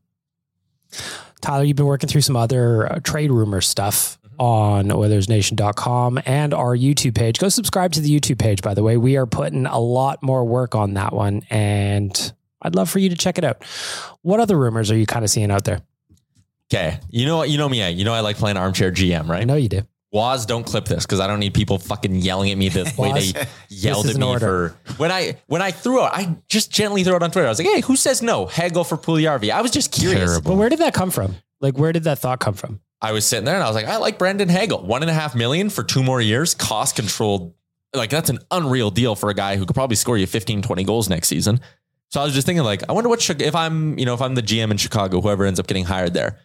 S2: Tyler. You've been working through some other uh, trade rumor stuff on OilersNation.com and our YouTube page. Go subscribe to the YouTube page, by the way. We are putting a lot more work on that one, and I'd love for you to check it out. What other rumors are you kind of seeing out there?
S4: Okay. You know what? You know me. You know I like playing armchair GM,
S2: I
S4: right?
S2: know you do.
S4: Waz, don't clip this because I don't need people fucking yelling at me the way
S2: Waz,
S4: they yelled
S2: this is
S4: at
S2: an
S4: me
S2: order.
S4: for when I when I threw out. I just gently threw out on Twitter. I was like, "Hey, who says no? Hagel for Pugliarvi." I was just curious.
S2: But where did that come from? Like, where did that thought come from?
S4: I was sitting there and I was like, "I like Brandon Hagel. One and a half million for two more years, cost controlled. Like that's an unreal deal for a guy who could probably score you 15, 20 goals next season." So I was just thinking, like, I wonder what Chi- if I'm, you know, if I'm the GM in Chicago, whoever ends up getting hired there,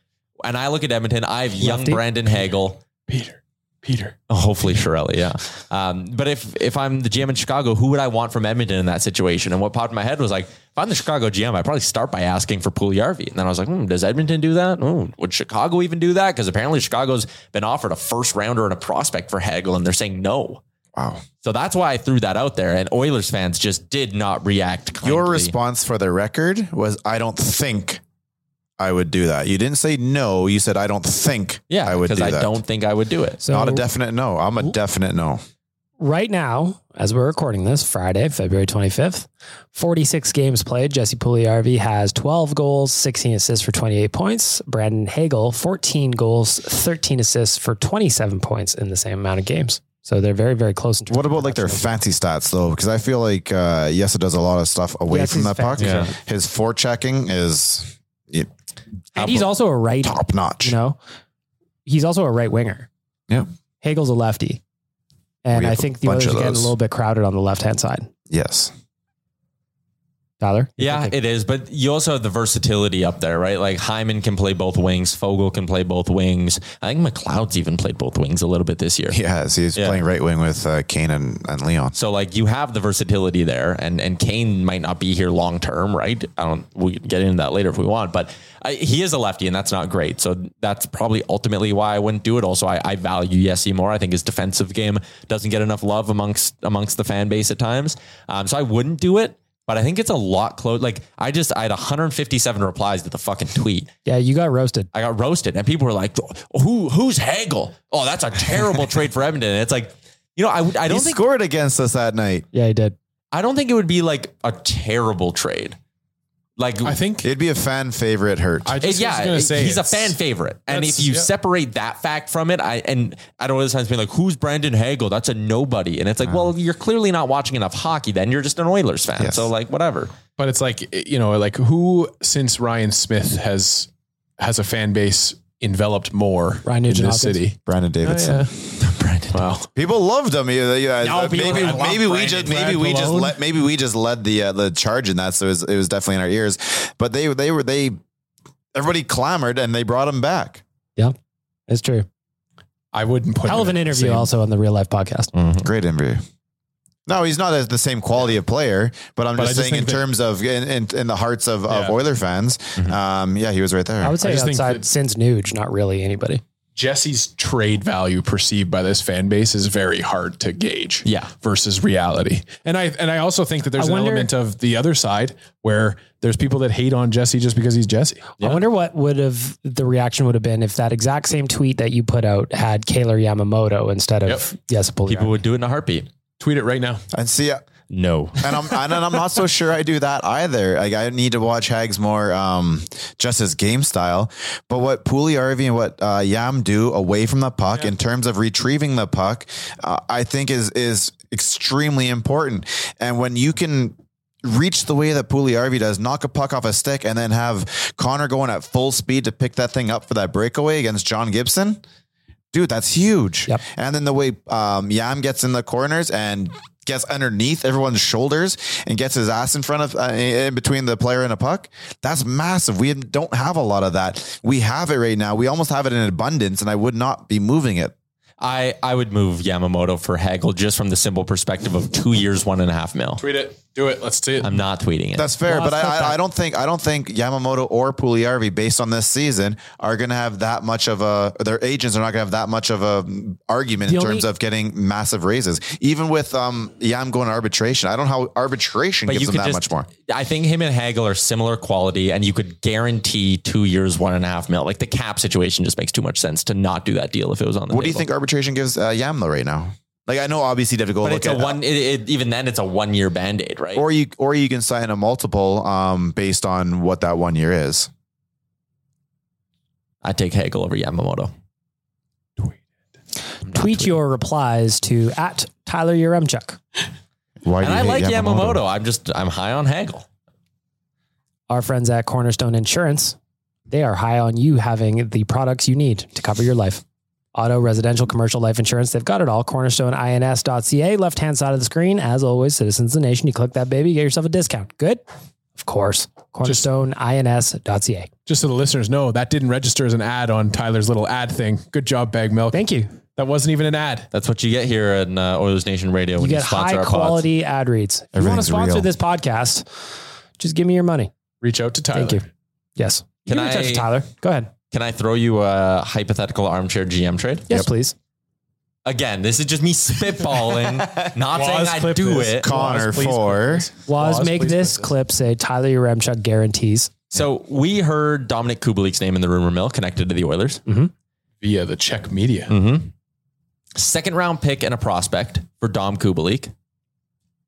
S4: and I look at Edmonton, I have young
S2: Lefty?
S4: Brandon Hagel.
S5: Peter, Peter.
S4: Oh, Hopefully Shirelli, yeah. Um, but if if I'm the GM in Chicago, who would I want from Edmonton in that situation? And what popped in my head was like, if I'm the Chicago GM, I probably start by asking for Puliarvi. And then I was like, hmm, does Edmonton do that? Hmm, would Chicago even do that? Because apparently Chicago's been offered a first rounder and a prospect for Hagel, and they're saying no.
S3: Wow.
S4: So that's why I threw that out there. And Oilers fans just did not react. Kindly.
S3: Your response for the record was, I don't think I would do that. You didn't say no. You said, I don't think
S4: yeah,
S3: I would do
S4: because I
S3: that.
S4: don't think I would do it.
S2: So
S3: Not a definite no. I'm a definite no.
S2: right now, as we're recording this, Friday, February 25th, 46 games played. Jesse Pugliarvi has 12 goals, 16 assists for 28 points. Brandon Hagel, 14 goals, 13 assists for 27 points in the same amount of games. So they're very, very close. In terms
S3: What
S2: of
S3: about like their
S2: production.
S3: fancy stats though? Because I feel like uh, Yesa does a lot of stuff away
S2: Yes,
S3: from
S2: he's
S3: that puck.
S2: fancy.
S5: Yeah.
S3: His forechecking is yeah,
S2: And he's also a right,
S3: top notch.
S2: you know, he's also a right winger.
S3: Yeah.
S2: Hagel's a lefty. And
S3: We
S2: I
S3: have a
S2: think the
S3: bunch
S2: others are
S3: of
S2: getting a
S3: those.
S2: little bit crowded on the left hand side.
S3: Yes.
S2: Tyler? you
S4: Yeah,
S2: think
S4: it is. But you also have the versatility up there, right? Like Hyman can play both wings. Fogel can play both wings. I think McLeod's even played both wings a little bit this year.
S3: He has. He's
S4: Yeah.
S3: playing right wing with uh, Kane and, and Leon.
S4: So like you have the versatility there, and and Kane might not be here long term, right? I don't. We can get into that later if we want, but I, he is a lefty, and that's not great. So that's probably ultimately why I wouldn't do it. Also, I, I value Yessi more. I think his defensive game doesn't get enough love amongst amongst the fan base at times. Um, so I wouldn't do it. But I think it's a lot close. Like I just I had 157 replies to the fucking tweet.
S2: Yeah, you got roasted.
S4: I got roasted, and people were like, "Who who's Hagel? Oh, that's a terrible trade for Edmonton." And it's like, you know, I would- I
S3: He
S4: don't think
S3: scored against us that night.
S2: Yeah, he did.
S4: I don't think it would be like a terrible trade. Like,
S5: I think.
S3: It'd be a fan favorite hurt.
S5: I
S4: it-
S5: just was
S4: yeah,
S5: gonna say
S4: he's a
S5: it's-
S4: fan favorite, and if
S5: that's-
S4: you
S5: yeah.
S4: separate that fact from it, I and I don't know. This time's been like, who's Brandon Hagel? That's a nobody, and it's like, well, you're clearly not watching enough hockey. Then you're just an Oilers fan,
S3: Yes.
S4: so like, whatever.
S5: But it's like eh, you know, like who since Ryan Smith has has a fan base enveloped more
S2: Ryan
S5: in
S2: Nugent-Hopkins.
S5: this city.
S3: Brandon
S4: Oh,
S2: Oh,
S3: Davidson.
S4: Brandon,
S5: Wow.
S3: People loved him. Yeah, yeah,
S4: No,
S3: uh,
S4: people-
S3: maybe
S4: I love
S3: maybe we
S4: Brandon.
S3: just
S4: Brad
S3: maybe we just
S4: Malone.
S3: let maybe we just led the uh, the charge in that. So it was, it was definitely in our ears. But they they were they everybody clamored and they brought him back.
S2: It's true.
S5: I wouldn't put
S2: Hell
S5: him
S2: of
S5: in
S2: an
S5: the
S2: interview
S5: same-
S2: also on the real life podcast.
S3: Great interview. No, he's not as the same quality of player, but I'm
S5: But I
S3: just
S5: just
S3: saying in
S5: think that-
S3: terms of in, in, in the hearts of, of
S5: Yeah. Mm-hmm.
S3: Oiler fans, um, yeah, he was right there.
S2: I would say
S5: just think
S2: outside
S5: that-
S2: since Nuge, not really anybody.
S5: Jesse's trade value perceived by this fan base is very hard to gauge.
S4: Yeah.
S5: Versus reality. And I and I also think that there's
S2: I
S5: an
S2: wonder-
S5: element of the other side where there's people that hate on Jesse just because he's Jesse.
S2: I wonder what would have the reaction would have been if that exact same tweet that you put out had Kaylor Yamamoto instead of
S5: Yep.
S2: yes,
S4: people
S2: Pugliarvi.
S4: would do it in a heartbeat.
S5: Tweet it right now.
S3: and see, uh,
S4: No,
S3: and I'm and I'm not so sure I do that either. Like I need to watch Hags more, um, just his game style. But what Puliarvi and what uh, Yam do away from the puck in terms of retrieving the puck, uh, I think is is extremely important. And when you can. Reach the way that Puliarvi does, knock a puck off a stick, and then have Connor going at full speed to pick that thing up for that breakaway against John Gibson. Dude, that's huge.
S2: Yep.
S3: And then the way um, Yam gets in the corners and gets underneath everyone's shoulders and gets his ass in front of uh, in between the player and a puck. That's massive. We don't have a lot of that. We have it right now. We almost have it in abundance, and I would not be moving it.
S4: I, I would move Yamamoto for Hagel just from the simple perspective of two years, one and a half mil.
S5: Tweet it. Do it. Let's see it.
S4: I'm not tweeting it.
S3: That's fair,
S2: Well,
S3: but
S2: I've cut
S3: I, I,
S2: that.
S3: I don't think I don't think Yamamoto or Puliarvi, based on this season, are going to have that much of a. Their agents are not going to have that much of a mm, argument
S2: The
S3: in
S2: only-
S3: terms of getting massive raises. Even with um, Yam going to arbitration, I don't know how arbitration gives them
S4: could
S3: that much more.
S4: I think him and Hagel are similar quality, and you could guarantee two years, one and a half mil. Like the cap situation just makes too much sense to not do that deal if it was on the.
S3: What do you
S4: table.
S3: think arbitration gives uh, Yam though right now? Like I know obviously you have to go
S4: But
S3: look
S4: it's a
S3: at
S4: one. It, it, even then, it's a one year band aid, right?
S3: or you or you can sign a multiple um, based on what that one year is.
S4: I take Hagel over Yamamoto. I'm not
S2: Tweet
S4: tweeting.
S2: your replies to at Tyler Yaremchuk.
S3: Why
S4: And I like Yamamoto. I'm just I'm high on Hagel.
S2: Our friends at Cornerstone Insurance, they are high on you having the products you need to cover your life. Auto, residential, commercial life insurance, they've got it all. CornerstoneINS.ca, left hand side of the screen. As always, Citizens of the Nation, you click that baby, get yourself a discount. Good? Of course. CornerstoneINS.ca.
S5: Just so the listeners know, that didn't register as an ad on Tyler's little ad thing. Good job, Bag Milk.
S2: Thank you.
S5: That wasn't even an ad.
S4: That's what you get here in uh, Oilers Nation Radio
S2: You
S4: when you,
S2: get
S4: sponsor
S2: high
S4: our quality.
S2: quality ad reads. If you want to
S3: Everything's
S2: sponsor
S3: real.
S2: this podcast, just give me your money.
S5: Reach out to Tyler.
S2: Thank you. Yes. You
S4: Can
S2: can reach out
S4: I-
S2: to Tyler. Go ahead.
S4: Can I throw you a hypothetical armchair GM trade?
S2: Yes, please.
S4: Again, this is just me spitballing, not
S5: Waz,
S4: saying I
S5: clip
S4: do
S5: this.
S4: it.
S3: Connor
S5: Waz, please clip
S3: for
S5: this.
S2: Waz,
S5: Waz,
S2: make
S5: please
S2: this
S5: clip this.
S2: clip say Tyler Yaremchuk guarantees.
S4: So we heard Dominic Kubalik's name in the rumor mill connected to the Oilers.
S5: via the Czech media.
S2: Hmm.
S4: Mm-hmm. Second round pick and a prospect for Dom Kubalik.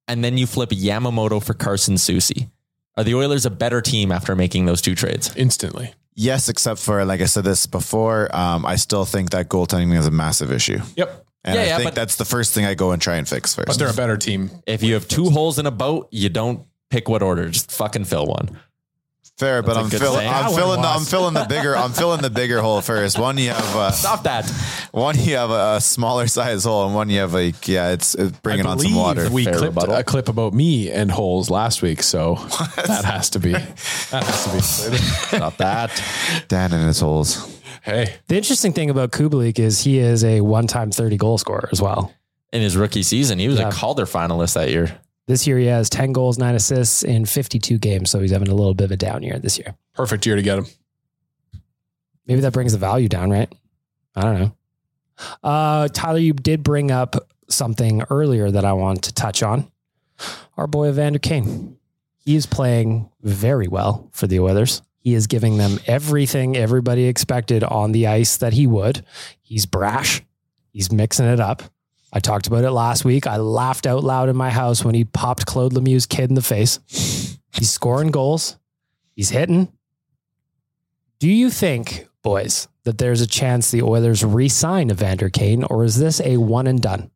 S4: And then you flip Yamamoto for Carson Susi. Are the Oilers a better team after making those two trades?
S5: Instantly.
S3: yes, except for like I said this before. Um, I still think that goaltending is a massive issue,
S5: Yep.
S3: and
S4: Yeah,
S3: I
S4: yeah,
S3: think
S4: but-
S3: that's the first thing I go and try and fix first.
S5: But they're a better team.
S4: If you have two holes in a boat, you don't pick what order, just fucking fill one.
S3: Fair, but
S4: That's a
S3: I'm
S4: good
S3: filling.
S4: saying.
S3: I'm
S4: That
S3: filling. The, I'm filling the bigger. I'm filling the bigger hole first. One you have. Uh,
S4: Stop that.
S3: One you have a, a smaller size hole, and one you have like yeah, it's, it's bringing on some water.
S5: We
S4: Fair
S5: clipped
S4: rebuttal.
S5: a clip about me and holes last week, so that has to be. That has to be.
S4: Stop that.
S3: Dan and his holes.
S5: hey,
S2: The interesting thing about Kubalik is he is a one-time 30 goal scorer as well.
S4: In his rookie season, he was
S2: Yeah.
S4: a Calder finalist that year.
S2: This year he has 10 goals, 9 assists in 52 games, so he's having a little bit of a down year this year.
S5: perfect year to get him.
S2: Maybe that brings the value down, right? I don't know. Uh, Tyler, you did bring up something earlier that I want to touch on. Our boy Evander Kane. He is playing very well for the Oilers. He is giving them everything everybody expected on the ice that he would. He's brash. He's mixing it up. I talked about it last week. I laughed out loud in my house when he popped Claude Lemieux's kid in the face. He's scoring goals. He's hitting. Do you think, boys, that there's a chance the Oilers re-sign Evander Kane, or is this a one and done?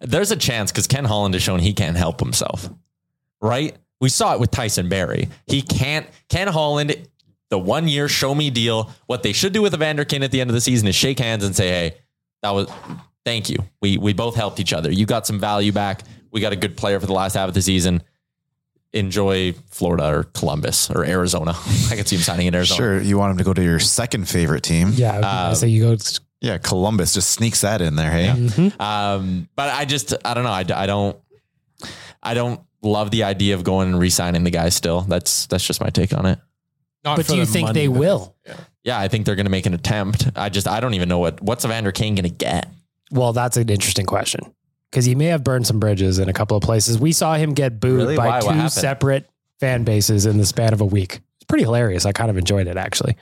S4: there's a chance because Ken Holland has shown he can't help himself, right? We saw it with Tyson Berry. He can't. Ken Holland, the one year show me deal. What they should do with Evander Kane at the end of the season is shake hands and say, "Hey, that was thank you. We we both helped each other. You got some value back. We got a good player for the last half of the season. Enjoy Florida or Columbus or Arizona. I could see him signing in Arizona.
S3: Sure, you want him to go to your second favorite team?
S2: Yeah, I
S4: nice
S2: say you go.
S3: Yeah, Columbus just sneaks that in there. Hey,
S2: Mm-hmm.
S4: Um, but I just, I don't know. I, I don't, I don't love the idea of going and re-signing the guy still. That's, that's just my take on it.
S5: Not
S2: But
S5: for
S2: do you
S5: the
S2: think
S5: money
S2: they
S5: that-
S2: will?
S4: Yeah. I think they're going to make an attempt. I just, I don't even know what, what's Evander Kane going to get?
S2: Well, that's an interesting question because he may have burned some bridges in a couple of places. We saw him get booed
S4: Really?
S2: by
S4: Why? What
S2: two
S4: happened?
S2: separate fan bases in the span of a week. It's pretty hilarious. I kind of enjoyed it actually.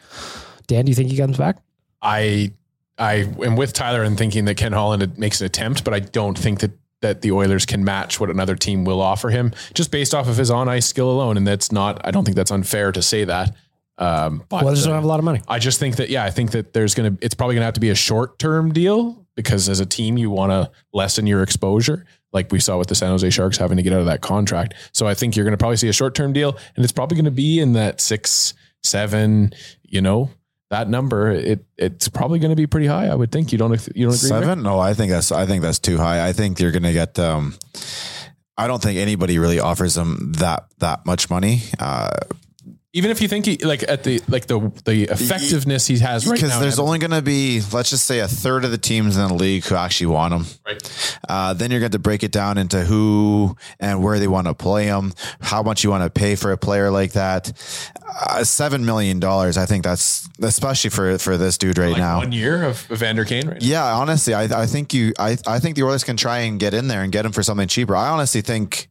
S2: Dan, do you think he comes back?
S5: I I am with Tyler in thinking that Ken Holland makes an attempt, but I don't think that that the Oilers can match what another team will offer him just based off of his on ice skill alone. And that's not I don't think that's unfair to say that. Um, but
S2: Oilers don't have a lot of money.
S5: I just think that yeah, I think that there's gonna it's probably gonna have to be a short term deal because as a team you want to lessen your exposure, like we saw with the San Jose Sharks having to get out of that contract. So I think you're gonna probably see a short term deal, and it's probably gonna be in that six, seven, you know, that number. It it's probably gonna be pretty high. I would think you don't you don't agree. Rick?
S3: seven? No, I think that's I think that's too high. I think you're gonna get um, I don't think anybody really offers him that that much money. Uh,
S5: Even if you think he like at the like the the effectiveness he has right
S3: because
S5: now,
S3: there's
S5: Evan-
S3: only going to be, let's just say, a third of the teams in the league who actually want him. Right. Uh, then you're going to break it down into who and where they want to play him, how much you want to pay for a player like that. Uh, Seven million dollars, I think that's especially for for this dude right
S5: like
S3: now.
S5: one year of Evander Kane right now.
S3: Yeah, honestly, I, I think you, I, I think the Oilers can try and get in there and get him for something cheaper. I honestly think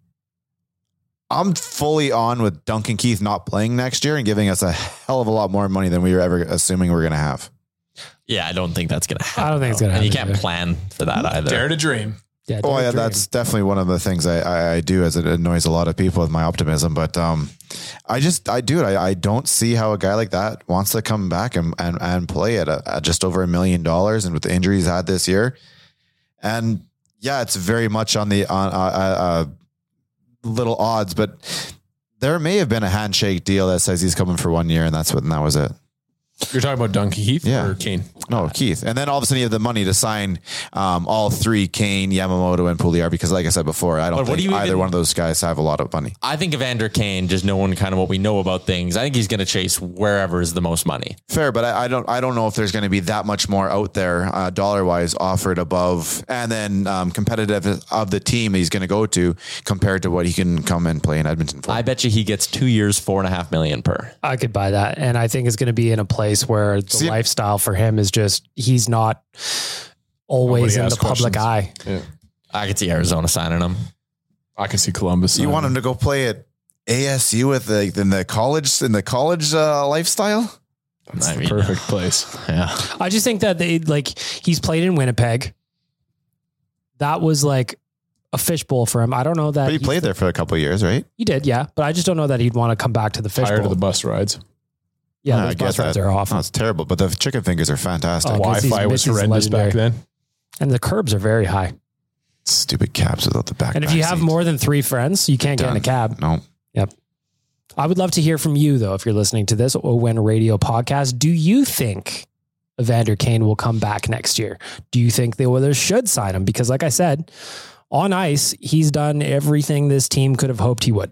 S3: I'm fully on with Duncan Keith not playing next year and giving us a hell of a lot more money than we were ever assuming we were going to have.
S4: Yeah, I don't think that's gonna happen.
S2: I don't think it's gonna
S4: And you
S2: happen
S4: can't
S2: either.
S4: plan for that either.
S5: Dare to dream.
S2: Yeah,
S3: Oh yeah,
S2: Derek Drew.
S3: that's definitely one of the things I, I, I do as it annoys a lot of people with my optimism. But um, I just I do it. I, I don't see how a guy like that wants to come back and and, and play at, a, at just over a million dollars and with the injuries had this year, and yeah, it's very much on the on uh, uh, uh, little odds, but. There may have been a handshake deal that says he's coming for one year, and that's what, and that was it.
S5: You're talking about Duncan Heath
S3: Yeah.
S5: or Kane?
S3: No, Oh, Keith. And then all of a sudden you have the money to sign um, all three, Kane, Yamamoto, and Puliar, because like I said before, I don't
S4: But what
S3: think
S4: do you
S3: either
S4: even-
S3: one of those guys have a lot of money.
S4: I think Evander Kane, just knowing kind of what we know about things, I think he's gonna chase wherever is the most money.
S3: Fair, but I, I don't I don't know if there's going to be that much more out there uh, dollar wise offered above and then um, competitive of the team he's going to go to compared to what he can come and play in Edmonton for.
S4: I bet you he gets two years, four and a half million per.
S2: I could buy that. And I think it's going to be in a place where the
S3: See-
S2: lifestyle for him is just, he's not always
S5: Nobody
S2: in the
S5: asks
S2: public
S5: questions.
S2: eye.
S4: I could see Arizona signing him.
S5: I can see Columbus.
S3: you want him to go play at ASU with the in the college in the college uh, lifestyle?
S5: That's
S4: I
S5: the
S4: mean-
S5: perfect place.
S4: Yeah.
S2: I just think that they like, he's played in Winnipeg. That was like a fishbowl for him. I don't know that
S3: But he played there for a couple of years, right?
S2: He did, yeah. But I just don't know that he'd want to come back to the
S5: Tired of the
S2: fishbowl.
S5: bus rides.
S2: Yeah,
S3: No,
S2: those bus rides
S3: that.
S2: are awful.
S3: No, Oh, it's terrible, but the chicken fingers are fantastic.
S2: Oh,
S5: Wi
S2: 'cause he's-
S5: Fi was
S2: Mitch is
S5: horrendous back
S2: legendary.
S5: then.
S2: and the curbs are very high.
S3: Stupid caps without the back.
S2: And if you have more than three friends, you can't get in a cab.
S3: no.
S2: I would love to hear from you, though, if you're listening to this OWN radio podcast. Do you think Evander Kane will come back next year? Do you think the Oilers should sign him? Because, like I said, on ice, he's done everything this team could have hoped he would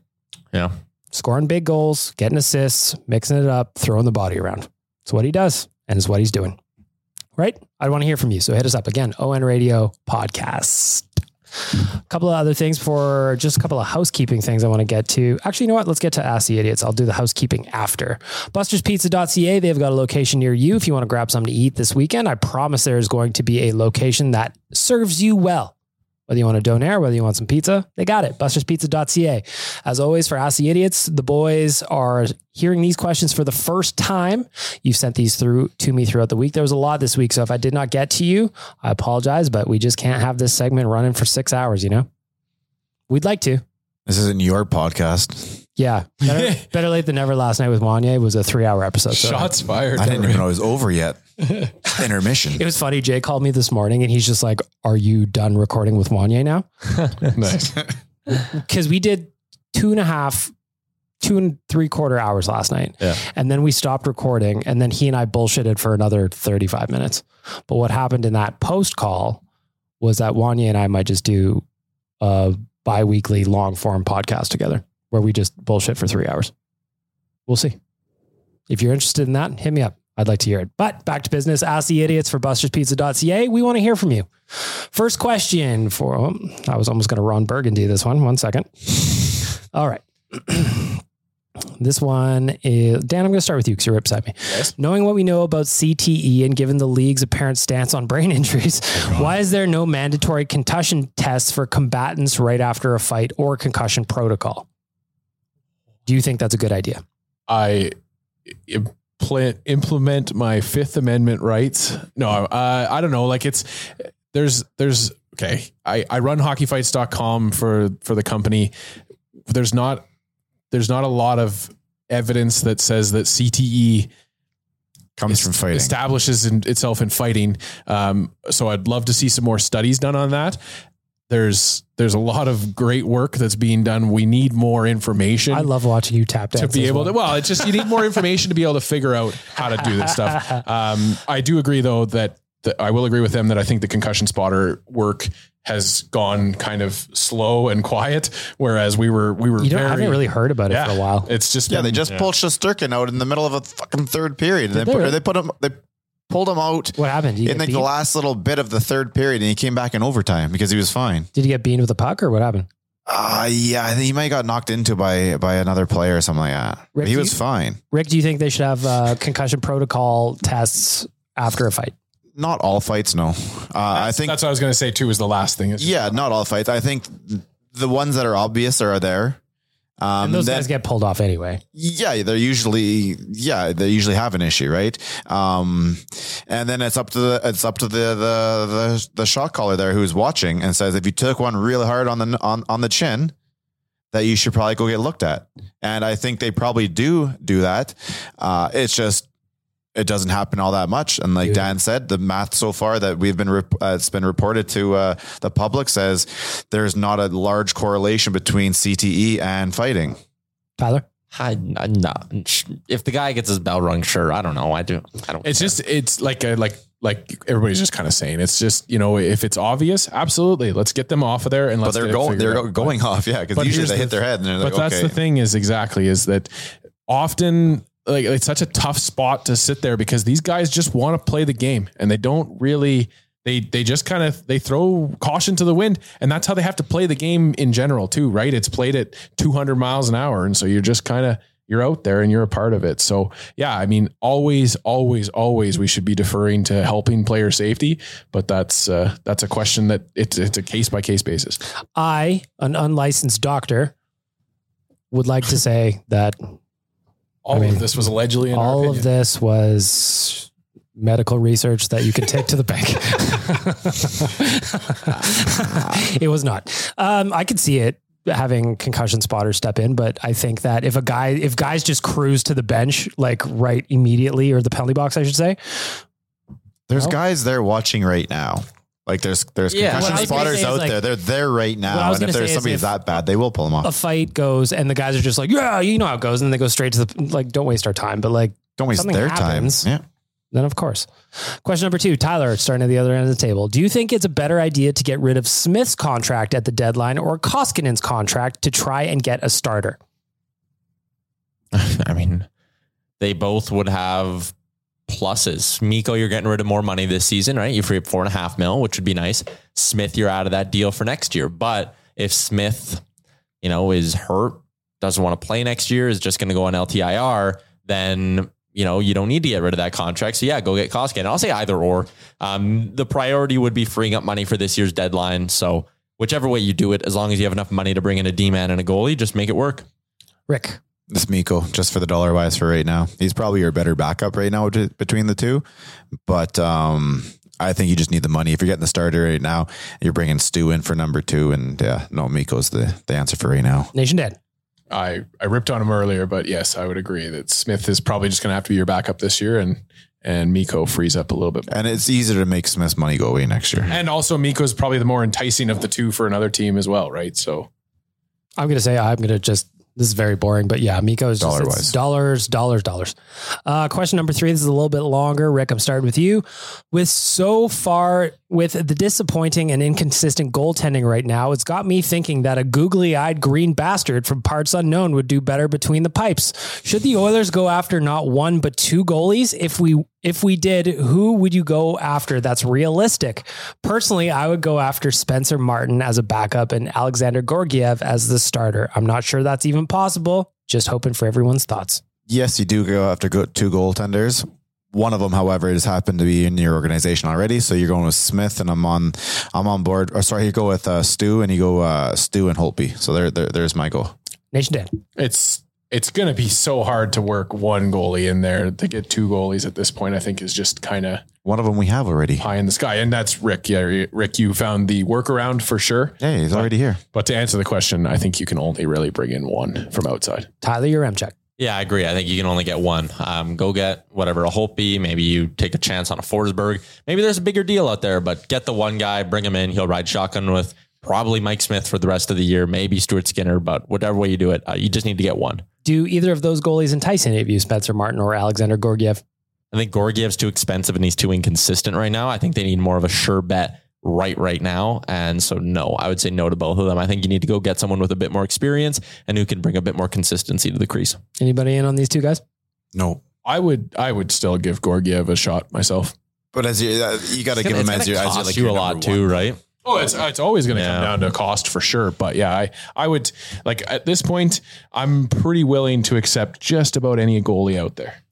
S4: Yeah.
S2: scoring big goals, getting assists, mixing it up, throwing the body around. It's what he does, and it's what he's doing. Right? I want to hear from you. So hit us up again, ON Radio Podcast. A couple of other things for just a couple of housekeeping things I want to get to. Actually, you know what? Let's get to Ask the Idiots. I'll do the housekeeping after. Buster'sPizza.ca, they've got a location near you if you want to grab something to eat this weekend. I promise there is going to be a location that serves you well. Whether you want a donair, whether you want some pizza, they got it. Buster'sPizza.ca. As always, for Ask the Idiots, the boys are hearing these questions for the first time. You've sent these through to me throughout the week. There was a lot this week, so if I did not get to you, I apologize, but we just can't have this segment running for six hours. You know, we'd like to.
S3: This isn't your podcast.
S2: Yeah, better, better late than never. Last night with Wanye was a three-hour episode. so-
S5: Shots fired.
S3: I didn't even know it was over yet. Intermission.
S2: It was funny. Jay called me this morning, and he's just like, "Are you done recording with Wanye now?"
S5: nice.
S2: because we did two and a half, two and three quarter hours last night.
S4: Yeah.
S2: And then we stopped recording. And then he and I bullshitted for another 35 minutes. But what happened in that post call was that Wanya and I might just do a bi weekly long form podcast together where we just bullshit for three hours. We'll see. If you're interested in that, hit me up. I'd like to hear it. But back to business. Ask the idiots for busterspizza.ca. We want to hear from you. First question for oh, I was almost going to Ron Burgundy this one. One second. All right. this one is Dan. I'm going to start with you because you're right beside me. Knowing what we know about CTE and given the league's apparent stance on brain injuries, why is there no mandatory concussion tests for combatants right after a fight or concussion protocol? Do you think that's a good idea?
S5: I implant, implement my Fifth Amendment rights. No, uh, I don't know. Like it's there's there's okay. I I run hockeyfights.com for for the company. There's not there's not a lot of evidence that says that E CTE
S3: Comes from fighting.
S5: establishes in, itself in fighting. Um, so I'd love to see some more studies done on that. There's there's a lot of great work that's being done. We need more information
S2: I love watching you tap dance
S5: to be
S2: as
S5: able
S2: well.
S5: to well it's just you need more information to be able to figure out how to do this stuff um, i do agree though that the, i will agree with them that i think the concussion spotter work has gone kind of slow and quiet, whereas we were we were
S2: You don't, I
S5: very
S2: haven't really heard about it
S5: yeah,
S2: for a while.
S5: It's just
S3: Yeah,
S5: been-
S3: they just pulled Shusterkin out in the middle of a fucking third period. And they,
S2: Did they
S3: put,
S2: really?
S3: they put him, they pulled him out
S2: What happened? Did he,
S3: in
S2: get
S3: like the
S2: beaned?
S3: last little bit of the third period, and he came back in overtime because he was fine.
S2: Did he get beaned with a puck or what happened?
S3: Uh, yeah, I think he might have got knocked into by by another player or something like that. But
S2: Rick,
S3: he
S2: do
S3: was
S2: you-
S3: fine.
S2: Rick, do you think they should have uh, concussion protocol tests after a fight?
S3: Not all fights, no. Uh, I think
S5: that's what I was going to say too. Was the last thing? It's just-
S3: yeah, not all fights. I think the ones that are obvious are there. Um,
S2: And those
S3: then-
S2: guys get pulled off anyway.
S3: yeah, they're usually yeah they usually have an issue, right? Um, and then it's up to the it's up to the the the, the shot caller there who's watching and says if you took one really hard on the on on the chin, that you should probably go get looked at. And I think they probably do do that. Uh, it's just it doesn't happen all that much. And like
S2: Yeah.
S3: Dan said, the math so far that we've been rep- uh, it's been reported to uh, the public says there's not a large correlation between CTE and fighting.
S2: Tyler?
S4: I, I, no, sh- if the guy gets his bell rung, sure. I don't know. I do. I don't.
S5: It's
S4: care.
S5: just it's like a like like everybody's just kind of saying it's just you know if it's obvious, absolutely, let's get them off of there and
S3: but
S5: let's.
S3: they're
S5: get it
S3: going
S5: figured
S3: they're
S5: out.
S3: go- going off yeah because
S5: But
S3: usually
S5: here's
S3: they
S5: the
S3: hit their
S5: th-
S3: head and
S5: But
S3: they're like
S5: that's
S3: okay
S5: the thing is exactly is that often like it's such a tough spot to sit there because these guys just want to play the game and they don't really they they just kind of they throw caution to the wind and that's how they have to play the game in general too right it's played at 200 miles an hour and so you're just kind of you're out there and you're a part of it so yeah i mean always always always we should be deferring to helping player safety but that's uh, that's a question that it's it's a case by case basis
S2: I, an unlicensed doctor, would like to say that
S5: all
S2: mean,
S5: of this was allegedly in our
S2: all
S5: opinion.
S2: of this was medical research that you could take to the bank. it was not. Um, I could see it having concussion spotters step in, but I think that if a guy, if guys just cruise to the bench like right immediately or the penalty box, I should say,
S3: there's
S2: No.
S3: guys there watching right now like there's there's
S4: Yeah,
S2: what I
S3: concussion
S2: was gonna
S3: spotters
S2: say is,
S3: out
S2: like-
S3: there they're there right
S2: What I
S3: now
S2: was
S3: and if
S2: gonna
S3: there's
S2: say is
S3: somebody
S2: if-
S3: that bad they will pull them
S2: a
S3: off
S2: fight goes and the guys are just like, yeah, you know how it goes, and then they go straight to the like, don't waste our time, but like.
S3: don't waste
S2: something
S3: their
S2: happens.
S3: time yeah
S2: Then, of course. Question number two Tyler, starting at the other end of the table. Do you think it's a better idea to get rid of Smith's contract at the deadline or Koskinen's contract to try and get a starter?
S4: I mean, they both would have pluses. Miko, you're getting rid of more money this season, right? You free up four and a half mil, which would be nice. Smith, you're out of that deal for next year. But if Smith, you know, is hurt, doesn't want to play next year, is just going to go on LTIR, then you know you don't need to get rid of that contract. So yeah, go get Koskinen. I'll say either or. Um, the priority would be freeing up money for this year's deadline. So whichever way you do it, as long as you have enough money to bring in a D man and a goalie, just make it work.
S2: Rick.
S3: this Miko just for the dollar wise for right now he's probably your better backup right now to- between the two but um I think you just need the money. If you're getting the starter right now, you're bringing Stu in for number two, and uh, no, Miko's the, the answer for right now.
S2: Nation Dead.
S5: I, I ripped on him earlier, but yes, I would agree that Smith is probably just going to have to be your backup this year, and and Miko frees up a little bit. More.
S3: And it's easier to make Smith's money go away next year.
S5: And also, Miko is probably the more enticing of the two for another team as well, right? So
S2: I'm going to say, I'm going to just, this is very boring, but yeah, Miko is just,
S3: Dollar-wise.
S2: it's dollars, dollars, dollars. Uh, question number three. This is a little bit longer. Rick, I'm starting with you. With so far, with the disappointing and inconsistent goaltending right now, it's got me thinking that a googly eyed green bastard from parts unknown would do better between the pipes. Should the Oilers go after not one but two goalies? If we if we did, who would you go after that's realistic? Personally, I would go after Spencer Martin as a backup and Alexander Gorgiev as the starter. I'm not sure that's even possible. Just hoping for everyone's thoughts.
S3: yes, you do go after go- two goaltenders. One of them, however, has happened to be in your organization already. So you're going with Smith, and I'm on, I'm on board. Or sorry, you go with uh, Stu, and you go uh, Stu and Holtby. So there, there, there's my goal.
S2: Nation Dan.
S5: it's it's going to be so hard to work one goalie in there to get two goalies at this point. I think is just kind of
S3: One of them we have already.
S5: pie in the sky, and that's Rick. Yeah, Rick, you found the workaround for sure.
S3: Hey, he's already here.
S5: But to answer the question, I think you can only really bring in one from outside.
S2: Tyler, your M check.
S4: Yeah, I agree. I think you can only get one. Um, go get whatever a Holtby. Maybe you take a chance on a Forsberg. Maybe there's a bigger deal out there, but get the one guy, bring him in. He'll ride shotgun with probably Mike Smith for the rest of the year, maybe Stuart Skinner, but whatever way you do it, uh, you just need to get one.
S2: Do either of those goalies entice any of you, Spencer Martin or Alexander Gorgiev?
S4: I think Gorgiev's too expensive and he's too inconsistent right now. I think they need more of a sure bet right right now. And so no, I would say no to both of them. I think you need to go get someone with a bit more experience and who can bring a bit more consistency to the crease.
S2: Anybody in on these two guys?
S3: No.
S5: I would I would still give Gorgiev a shot myself.
S3: But as you, uh, you got to
S4: It's
S3: give
S4: gonna-
S3: him
S4: it's
S3: as your,
S4: gonna
S3: as your,
S4: cost
S3: like
S4: you
S3: your
S4: a lot
S3: number one.
S4: too, right?
S5: Oh, it's it's always going to
S4: Yeah.
S5: come down to cost for sure. But yeah, I I would like at this point I'm pretty willing to accept just about any goalie out there.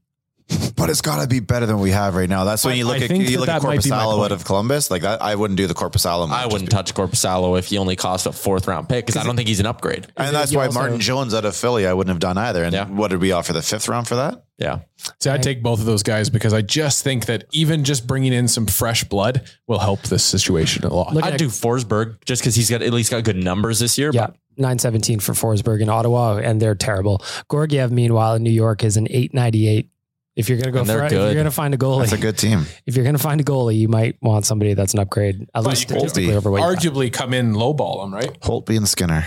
S3: But it's got to be better than we have right now. That's when
S5: I-
S3: you look
S5: I
S3: at
S5: think
S3: you
S5: that
S3: look at
S5: that might be my
S3: Corpusalo out
S5: point.
S3: of Columbus. Like that, I wouldn't do the Corpusalo. move.
S4: I wouldn't touch Corpusalo if he only cost a fourth round pick because I don't think he's an upgrade.
S3: And that's
S2: You
S3: why
S2: also-
S3: Martin Jones out of Philly, I wouldn't have done either. And
S4: Yeah.
S3: what did we offer the fifth round for that?
S4: Yeah.
S5: See, I take both of those guys because I just think that even just bringing in some fresh blood will help this situation a lot.
S2: Look
S4: I'd
S2: at-
S4: do Forsberg just because he's got at least got good numbers this year.
S2: Yeah.
S4: But
S2: 917 for Forsberg in Ottawa, and they're terrible. Gorgiev, meanwhile, in New York is an 898. If you're going to go
S4: And they're
S2: for, if you're
S4: good.
S2: going to find a goalie,
S3: That's a good team.
S2: if you're going to find a goalie, you might want somebody that's an upgrade, at
S5: But
S2: least
S5: you could
S2: statistically
S3: be
S2: over what you got.
S5: Arguably, come in lowball them, right?
S3: Holtby and Skinner.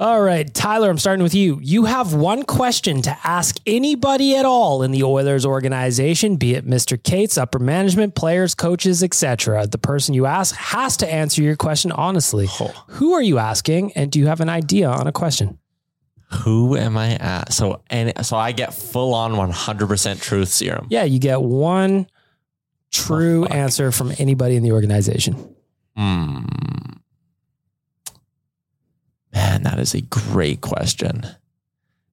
S2: All right, Tyler, I'm starting with you. You have one question to ask anybody at all in the Oilers organization, be it Mr. Cates, upper management, players, coaches, etc. The person you ask has to answer your question honestly.
S4: Oh.
S2: Who are you asking, and do you have an idea on a question?
S4: who am I at? So and so I get full on one hundred percent truth serum.
S2: Yeah, you get one true
S4: Oh,
S2: answer from anybody in the organization.
S4: Hmm. Man, that is a great question.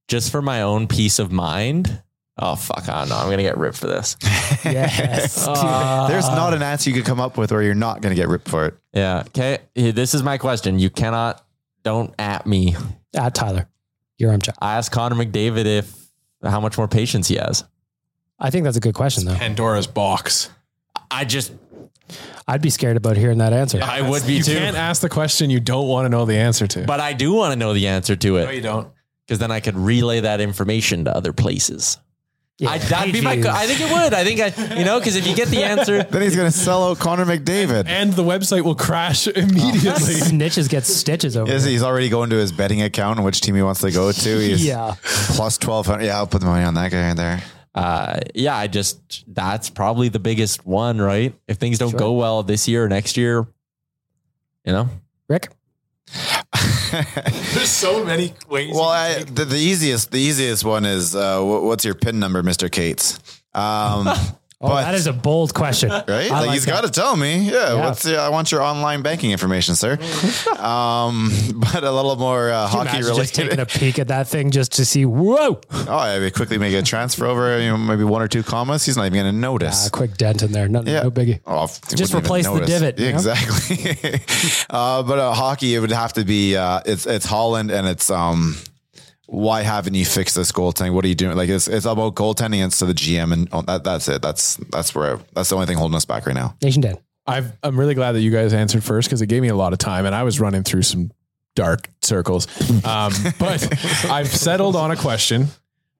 S4: Just for my own peace of mind. Oh fuck! I don't know. I'm gonna get ripped for this.
S2: Yes.
S3: There's not an answer you could come up with where you're not going to get ripped for it.
S4: Yeah. Okay. This is my question. You cannot. Don't at me.
S2: Ah, Tyler, your arm check.
S4: I asked Connor McDavid if how much more patience he has.
S2: I think that's a good question, though.
S5: Pandora's box.
S4: I just.
S2: I'd be scared about hearing that answer.
S4: I would be
S5: You
S4: too.
S5: can't ask the question you don't want to know the answer to.
S4: But I do want to know the answer to
S5: no, you
S4: it
S5: don't.
S4: because then I could relay that information to other places.
S2: Yeah,
S4: I, that'd be my.
S2: pages.
S4: I think it would. I think I. You know, because if you get the answer,
S3: Then he's going to sell out Connor McDavid.
S5: And the website will crash immediately.
S2: Snitches get stitches over.
S3: Is
S2: there.
S3: he's already going to his betting account and which team he wants to go to? He's
S2: Yeah.
S3: plus twelve hundred. Yeah, I'll put the money on that guy right there.
S4: uh, yeah, I just that's probably the biggest one, right? If things don't go well this year or next year, you know,
S2: Rick?
S5: There's so many ways.
S3: Well, I, the, the easiest the easiest one is uh, wh- what's your pin number, Mister Cates? Um,
S2: Oh,
S3: But-
S2: that is a bold question.
S3: right?
S2: I
S3: Like,
S2: like
S3: he's
S2: that.
S3: got to tell me.
S2: Yeah.
S3: Yeah, what's the, I want your online banking information, sir. um, but a little more
S2: Can
S3: uh,
S2: you
S3: hockey
S2: imagine Just
S3: related.
S2: taking a peek at that thing just to see, whoa,
S3: oh, I would quickly make a transfer over you know, maybe one or two commas. He's not even going to
S2: a
S3: notice.
S2: Ah, quick dent in there. No,
S3: Yeah.
S2: no biggie.
S3: Oh, f-
S2: Just
S3: wouldn't even
S2: replace the
S3: notice.
S2: divot, you know?
S3: exactly. uh, but uh, hockey, it would have to be uh, it's it's Holland and it's um. Why haven't you fixed this goaltending? What are you doing? Like it's it's about goaltending. and It's to the GM, and oh, that that's it. That's that's where that's the only thing holding us back right now.
S2: Nation Dan.
S5: I've, I'm really glad that you guys answered first because it gave me a lot of time and I was running through some dark circles. Um, but I've settled on a question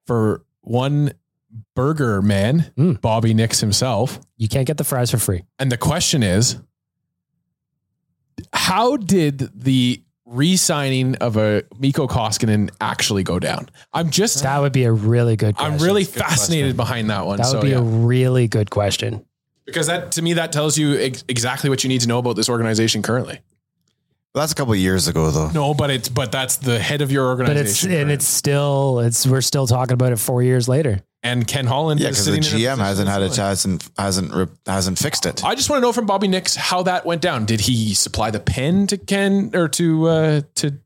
S5: for one burger man,
S2: Mm.
S5: Bobby Nix himself.
S2: You can't get the fries for free.
S5: And the question is how did the re signing of a Miko Koskinen actually go down? I'm just,
S2: That would be a really good question.
S5: I'm really fascinated behind that one.
S2: That would
S5: so,
S2: be
S5: yeah.
S2: a really good question.
S5: because that to me, that tells you ex- exactly what you need to know about this organization currently.
S3: That's a couple of years ago, though.
S5: No, but it's but that's the head of your
S2: But
S5: organization.
S2: it's and it's still it's we're still talking about it four years later.
S5: and Ken Holland.
S3: Yeah,
S5: is
S3: because the
S5: sitting in
S3: GM hasn't had
S5: position
S3: a
S5: that's
S3: hasn't hasn't re- hasn't fixed it.
S5: fine. I just want to know from Bobby Nix how that went down. Did he supply the pen to Ken or to uh, to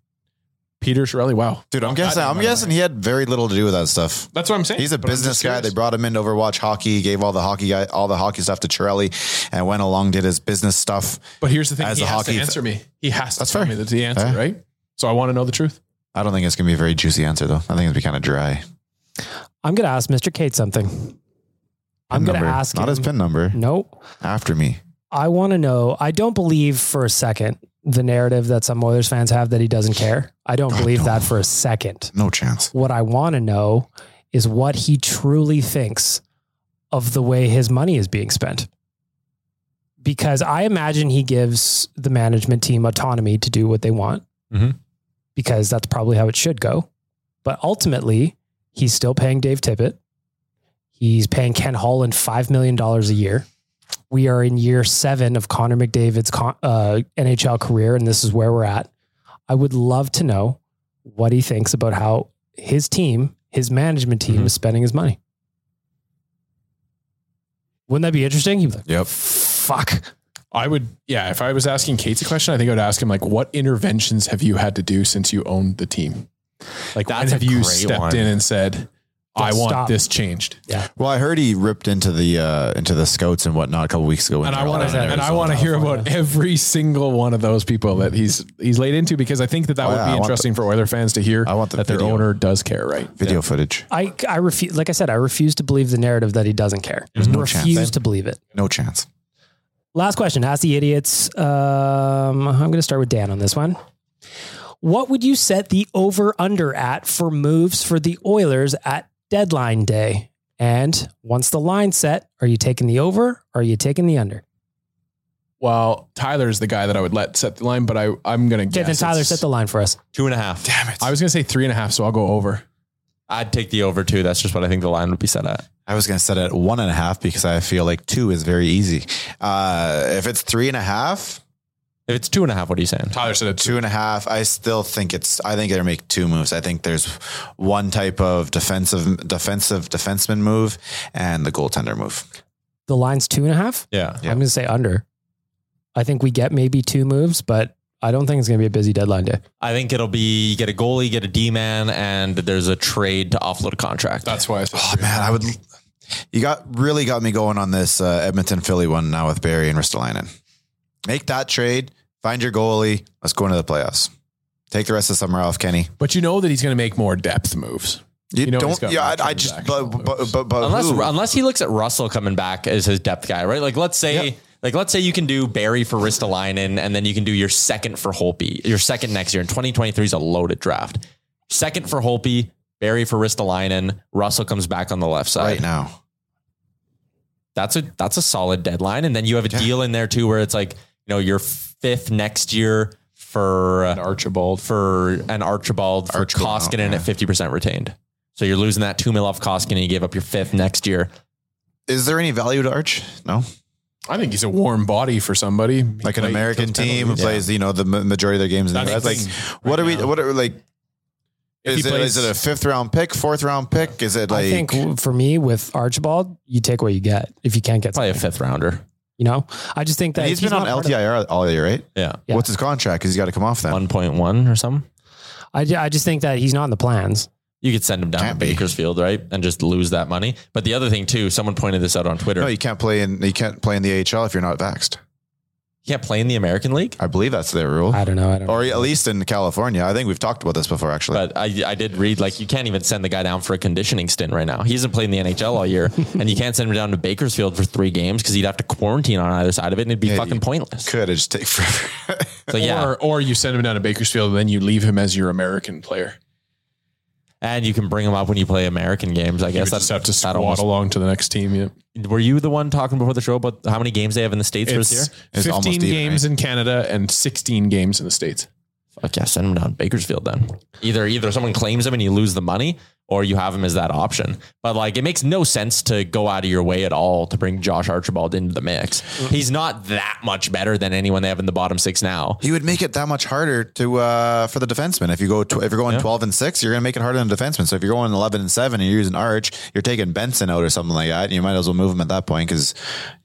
S5: Peter Shirelli? Wow,
S3: Dude, I'm guessing. I'm guessing he had very little to do with that stuff.
S5: that's what I'm saying.
S3: He's a
S5: But I'm
S3: business
S5: just
S3: guy. They
S5: curious.
S3: brought him in to overwatch hockey. He gave all the hockey guy, all the hockey stuff to Chirelli, and went along did his business stuff.
S5: but here's the thing:
S3: as
S5: he
S3: a
S5: has
S3: hockey-
S5: to answer me. He has to
S3: That's
S5: tell
S3: fair. Eh?
S5: me that's the answer,
S3: Fair.
S5: right? So I want to know the truth.
S3: I don't think it's gonna be a very juicy answer though. I think it's gonna be kind of dry.
S2: I'm gonna ask Mr. Kate something. I'm
S3: Pin
S2: gonna
S3: number.
S2: ask him,
S3: not his pin number
S2: Nope.
S3: after me.
S2: I want to know. I don't believe for a second the narrative that some Oilers fans have that he doesn't care. I don't believe that for a second.
S3: No chance.
S2: What I want to know is what he truly thinks of the way his money is being spent. Because I imagine he gives the management team autonomy to do what they want,
S4: Mhm.
S2: because that's probably how it should go. But ultimately, he's still paying Dave Tippett. He's paying Ken Holland $5 million a year. we are in year seven of Connor McDavid's con- uh, NHL career, and this is where we're at. I would love to know what he thinks about how his team, his management team,
S3: Mm-hmm.
S4: Mhm.
S2: is spending his money. Wouldn't that be interesting? He'd be like,
S3: Yep.
S2: fuck.
S5: I would, yeah. If I was asking Kate's a question, I think I would ask him like, "What interventions have you had to do since you owned the team? Like,
S4: That's
S5: when have
S4: a
S5: you
S4: great
S5: stepped
S4: one.
S5: in and said, I want
S2: stop.
S5: this changed?"
S3: Well, I heard he ripped into the uh, into the scouts and whatnot a couple weeks ago. in
S5: And I
S3: Carolina,
S5: want to, and I want to hear about every single one of those people that he's he's laid into because I think that that
S3: Oh,
S5: would
S3: yeah, I
S5: be
S3: want
S5: interesting for Oiler fans to hear.
S3: I want the
S5: that their
S3: video.
S5: owner does care, right?
S3: video footage.
S2: I, I refuse, like I said, I refuse to believe the narrative that he doesn't care.
S3: no chance.
S2: refuse to believe it.
S3: No chance.
S2: Last question, ask the idiots. Um, I'm going to start with Dan on this one. What would you set the over under at for moves for the Oilers at deadline day? And once the line's set, are you taking the over or are you taking the under?
S5: Well, Tyler's the guy that I would let set the line, but I I'm gonna
S2: Okay,
S5: guess
S2: then Tyler,
S5: it's-
S2: set the line for us.
S4: Two and a half. Damn it.
S5: I was gonna say three and a half, so I'll go over.
S4: I'd take the over two. That's just what I think the line would be set at.
S3: I was going to set it at one and a half because I feel like two is very easy. Uh, if it's three and a half,
S4: If it's two and a half, what are you saying?
S5: Tyler said it's
S3: two and a half, I still think it's. I think they're make two moves. I think there's one type of defensive defensive defenseman move and the goaltender move.
S2: The line's two and a half.
S4: Yeah.
S3: Yeah.
S2: I'm going to say under. I think we get maybe two moves, but I don't think it's going to be a busy deadline day.
S4: I think it'll be you get a goalie, you get a D man, and there's a trade to offload a contract.
S5: That's why I said
S3: Oh man, I would. You got really got me going on this uh, Edmonton Philly one now with Barry and Ristolainen. Make that trade. Find your goalie. Let's go into the playoffs. Take the rest of the summer off, Kenny.
S5: But you know that he's going to make more depth moves.
S3: You,
S5: You know he's got
S3: don't. Yeah,
S5: more
S3: I, I just. But
S5: transactional
S3: but
S5: moves.
S3: but, but
S4: unless
S3: who?
S4: unless he looks at Russell coming back as his depth guy, right? Like let's say like let's say you can do Barry for Ristolainen, and then you can do your second for Holpe, your second next year. And 2023 is a loaded draft. Second for Holpe, Barry for Ristolainen, Russell comes back on the left side.
S3: right now.
S4: That's a that's a solid deadline, and then you have a deal in there too where it's like you know your fifth next year for
S5: An Archibald.
S4: for an Archibald for
S3: Archibald,
S4: Koskinen
S3: yeah.
S4: at 50% retained. So you're losing that two mil off Koskinen. You gave up your fifth next year.
S3: Is there any value to Arch? No.
S5: I think he's a warm body for somebody. He
S3: like an
S5: played-
S3: American
S5: kills
S3: team who
S5: penalties.
S3: plays, you know, the ma- majority of their games in the
S5: That's
S3: U.S.
S5: the
S3: Like,
S5: thing
S3: what
S5: right
S3: are we?
S5: now.
S3: What are like?
S5: If he
S3: Is it,
S5: plays-
S3: is it a fifth round pick, fourth round pick? Is it like?
S2: I think for me with Archibald, you take what you get if you can't get
S4: Probably a
S2: something,
S4: fifth rounder.
S2: You know, I just think that
S3: and
S2: if
S3: he's been on
S2: not part of-
S3: LTIR all year, right?
S4: Yeah.
S2: Yeah.
S3: What's his contract? Because he's got to come off then.
S4: 1.1 or something.
S2: I, ju- I just think that he's not in the plans.
S4: You could send him down
S3: Can't
S4: to
S3: be.
S4: Bakersfield, right? And just lose that money. But the other thing too, someone pointed this out on Twitter.
S3: No,
S4: you
S3: you can't play in. You can't play in the AHL if you're not vaxxed.
S4: can't play in the American League.
S3: I believe that's their rule,
S2: I don't know. I don't.
S3: or at least in California. I think we've talked about this before, actually.
S4: But I, I did read like you can't even send the guy down for a conditioning stint right now. He hasn't played in the NHL all year, and you can't send him down to Bakersfield for three games because he'd have to quarantine on either side of it, and it'd be
S3: Yeah,
S4: fucking
S3: you
S4: pointless.
S3: Could it just take forever?
S4: So yeah,
S5: Or, or you send him down to Bakersfield and then you leave him as your American player.
S4: and you can bring him up when you play American games. I
S5: You
S4: guess
S5: would just have to
S4: that
S5: squat
S4: almost-
S5: along to the next team. Yeah.
S4: Were you the one talking before the show about how many games they have in the states for this year?
S5: It's,
S3: It's
S5: 15
S3: almost even,
S5: games in Canada and 16 games in the States.
S4: Fuck yeah, send him down to Bakersfield then. Either either someone claims him and you lose the money, or you have him as that option. But like, it makes no sense to go out of your way at all to bring Josh Archibald into the mix. He's not that much better than anyone they have in the bottom six now.
S3: he would make it that much harder to uh, for the defenseman. If you go, tw- if you're going twelve and six, you're going to make it harder than the defenseman. So if you're going eleven and seven, and you're using Arch, you're taking Benson out or something like that. You might as well move him at that point because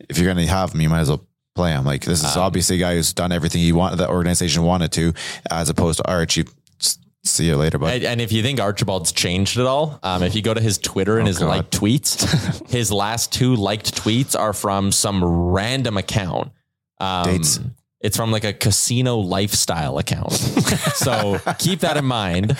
S3: if you're going to have him, you might as well play him. Like this
S4: Ah.
S3: is obviously a guy who's done everything he wanted, the organization wanted to, as opposed to Arch. You s- see you later, but
S4: And, and if you think Archibald's changed at all, um, if you go to his Twitter and his
S3: God.
S4: liked tweets, his last two liked tweets are from some random account. Um,
S3: Dates.
S4: It's from like a casino lifestyle account. so keep that in mind.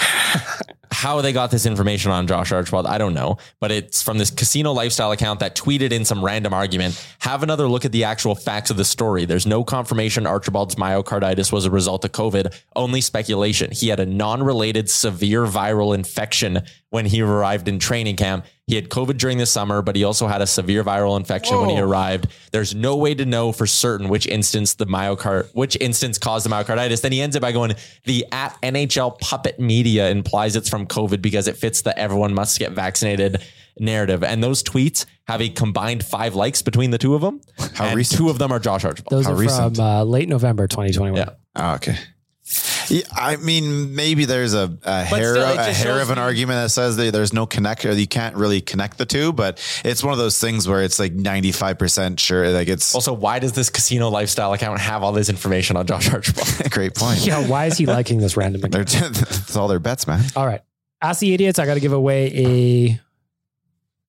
S4: How they got this information on Josh Archibald, I don't know, but it's from this casino lifestyle account that tweeted in some random argument. Have another look at the actual facts of the story. There's no confirmation Archibald's myocarditis was a result of COVID, only speculation. He had a non related severe viral infection when he arrived in training camp. He had COVID during the summer, but he also had a severe viral infection when he
S3: Oh.
S4: arrived. There's no way to know for certain which instance the myocard, which instance caused the myocarditis. Then he ends it by going, the at NHL puppet media implies it's from COVID because it fits the everyone must get vaccinated narrative. And those tweets have a combined five likes between the two of them.
S3: How
S4: and
S3: recent?
S4: Two of them are Josh Archibald.
S2: Those
S3: How
S2: are
S3: recent?
S2: from uh, late November 2021.
S4: Yeah.
S3: Oh, okay. Yeah, I mean, maybe there's a, a hair,
S4: still, it
S3: a
S4: just
S3: hair
S4: shows
S3: of an
S4: me-
S3: argument that says that there's no connect, or you can't really connect the two. But it's one of those things where it's like 95 percent sure. Like it's
S4: Also, why does this casino lifestyle account have all this information on Josh Archibald?
S3: a great point.
S2: Yeah, why is he liking this random
S3: They're
S2: account?
S3: it's all their bets, man.
S2: All right. Ask the idiots. I got to give away a,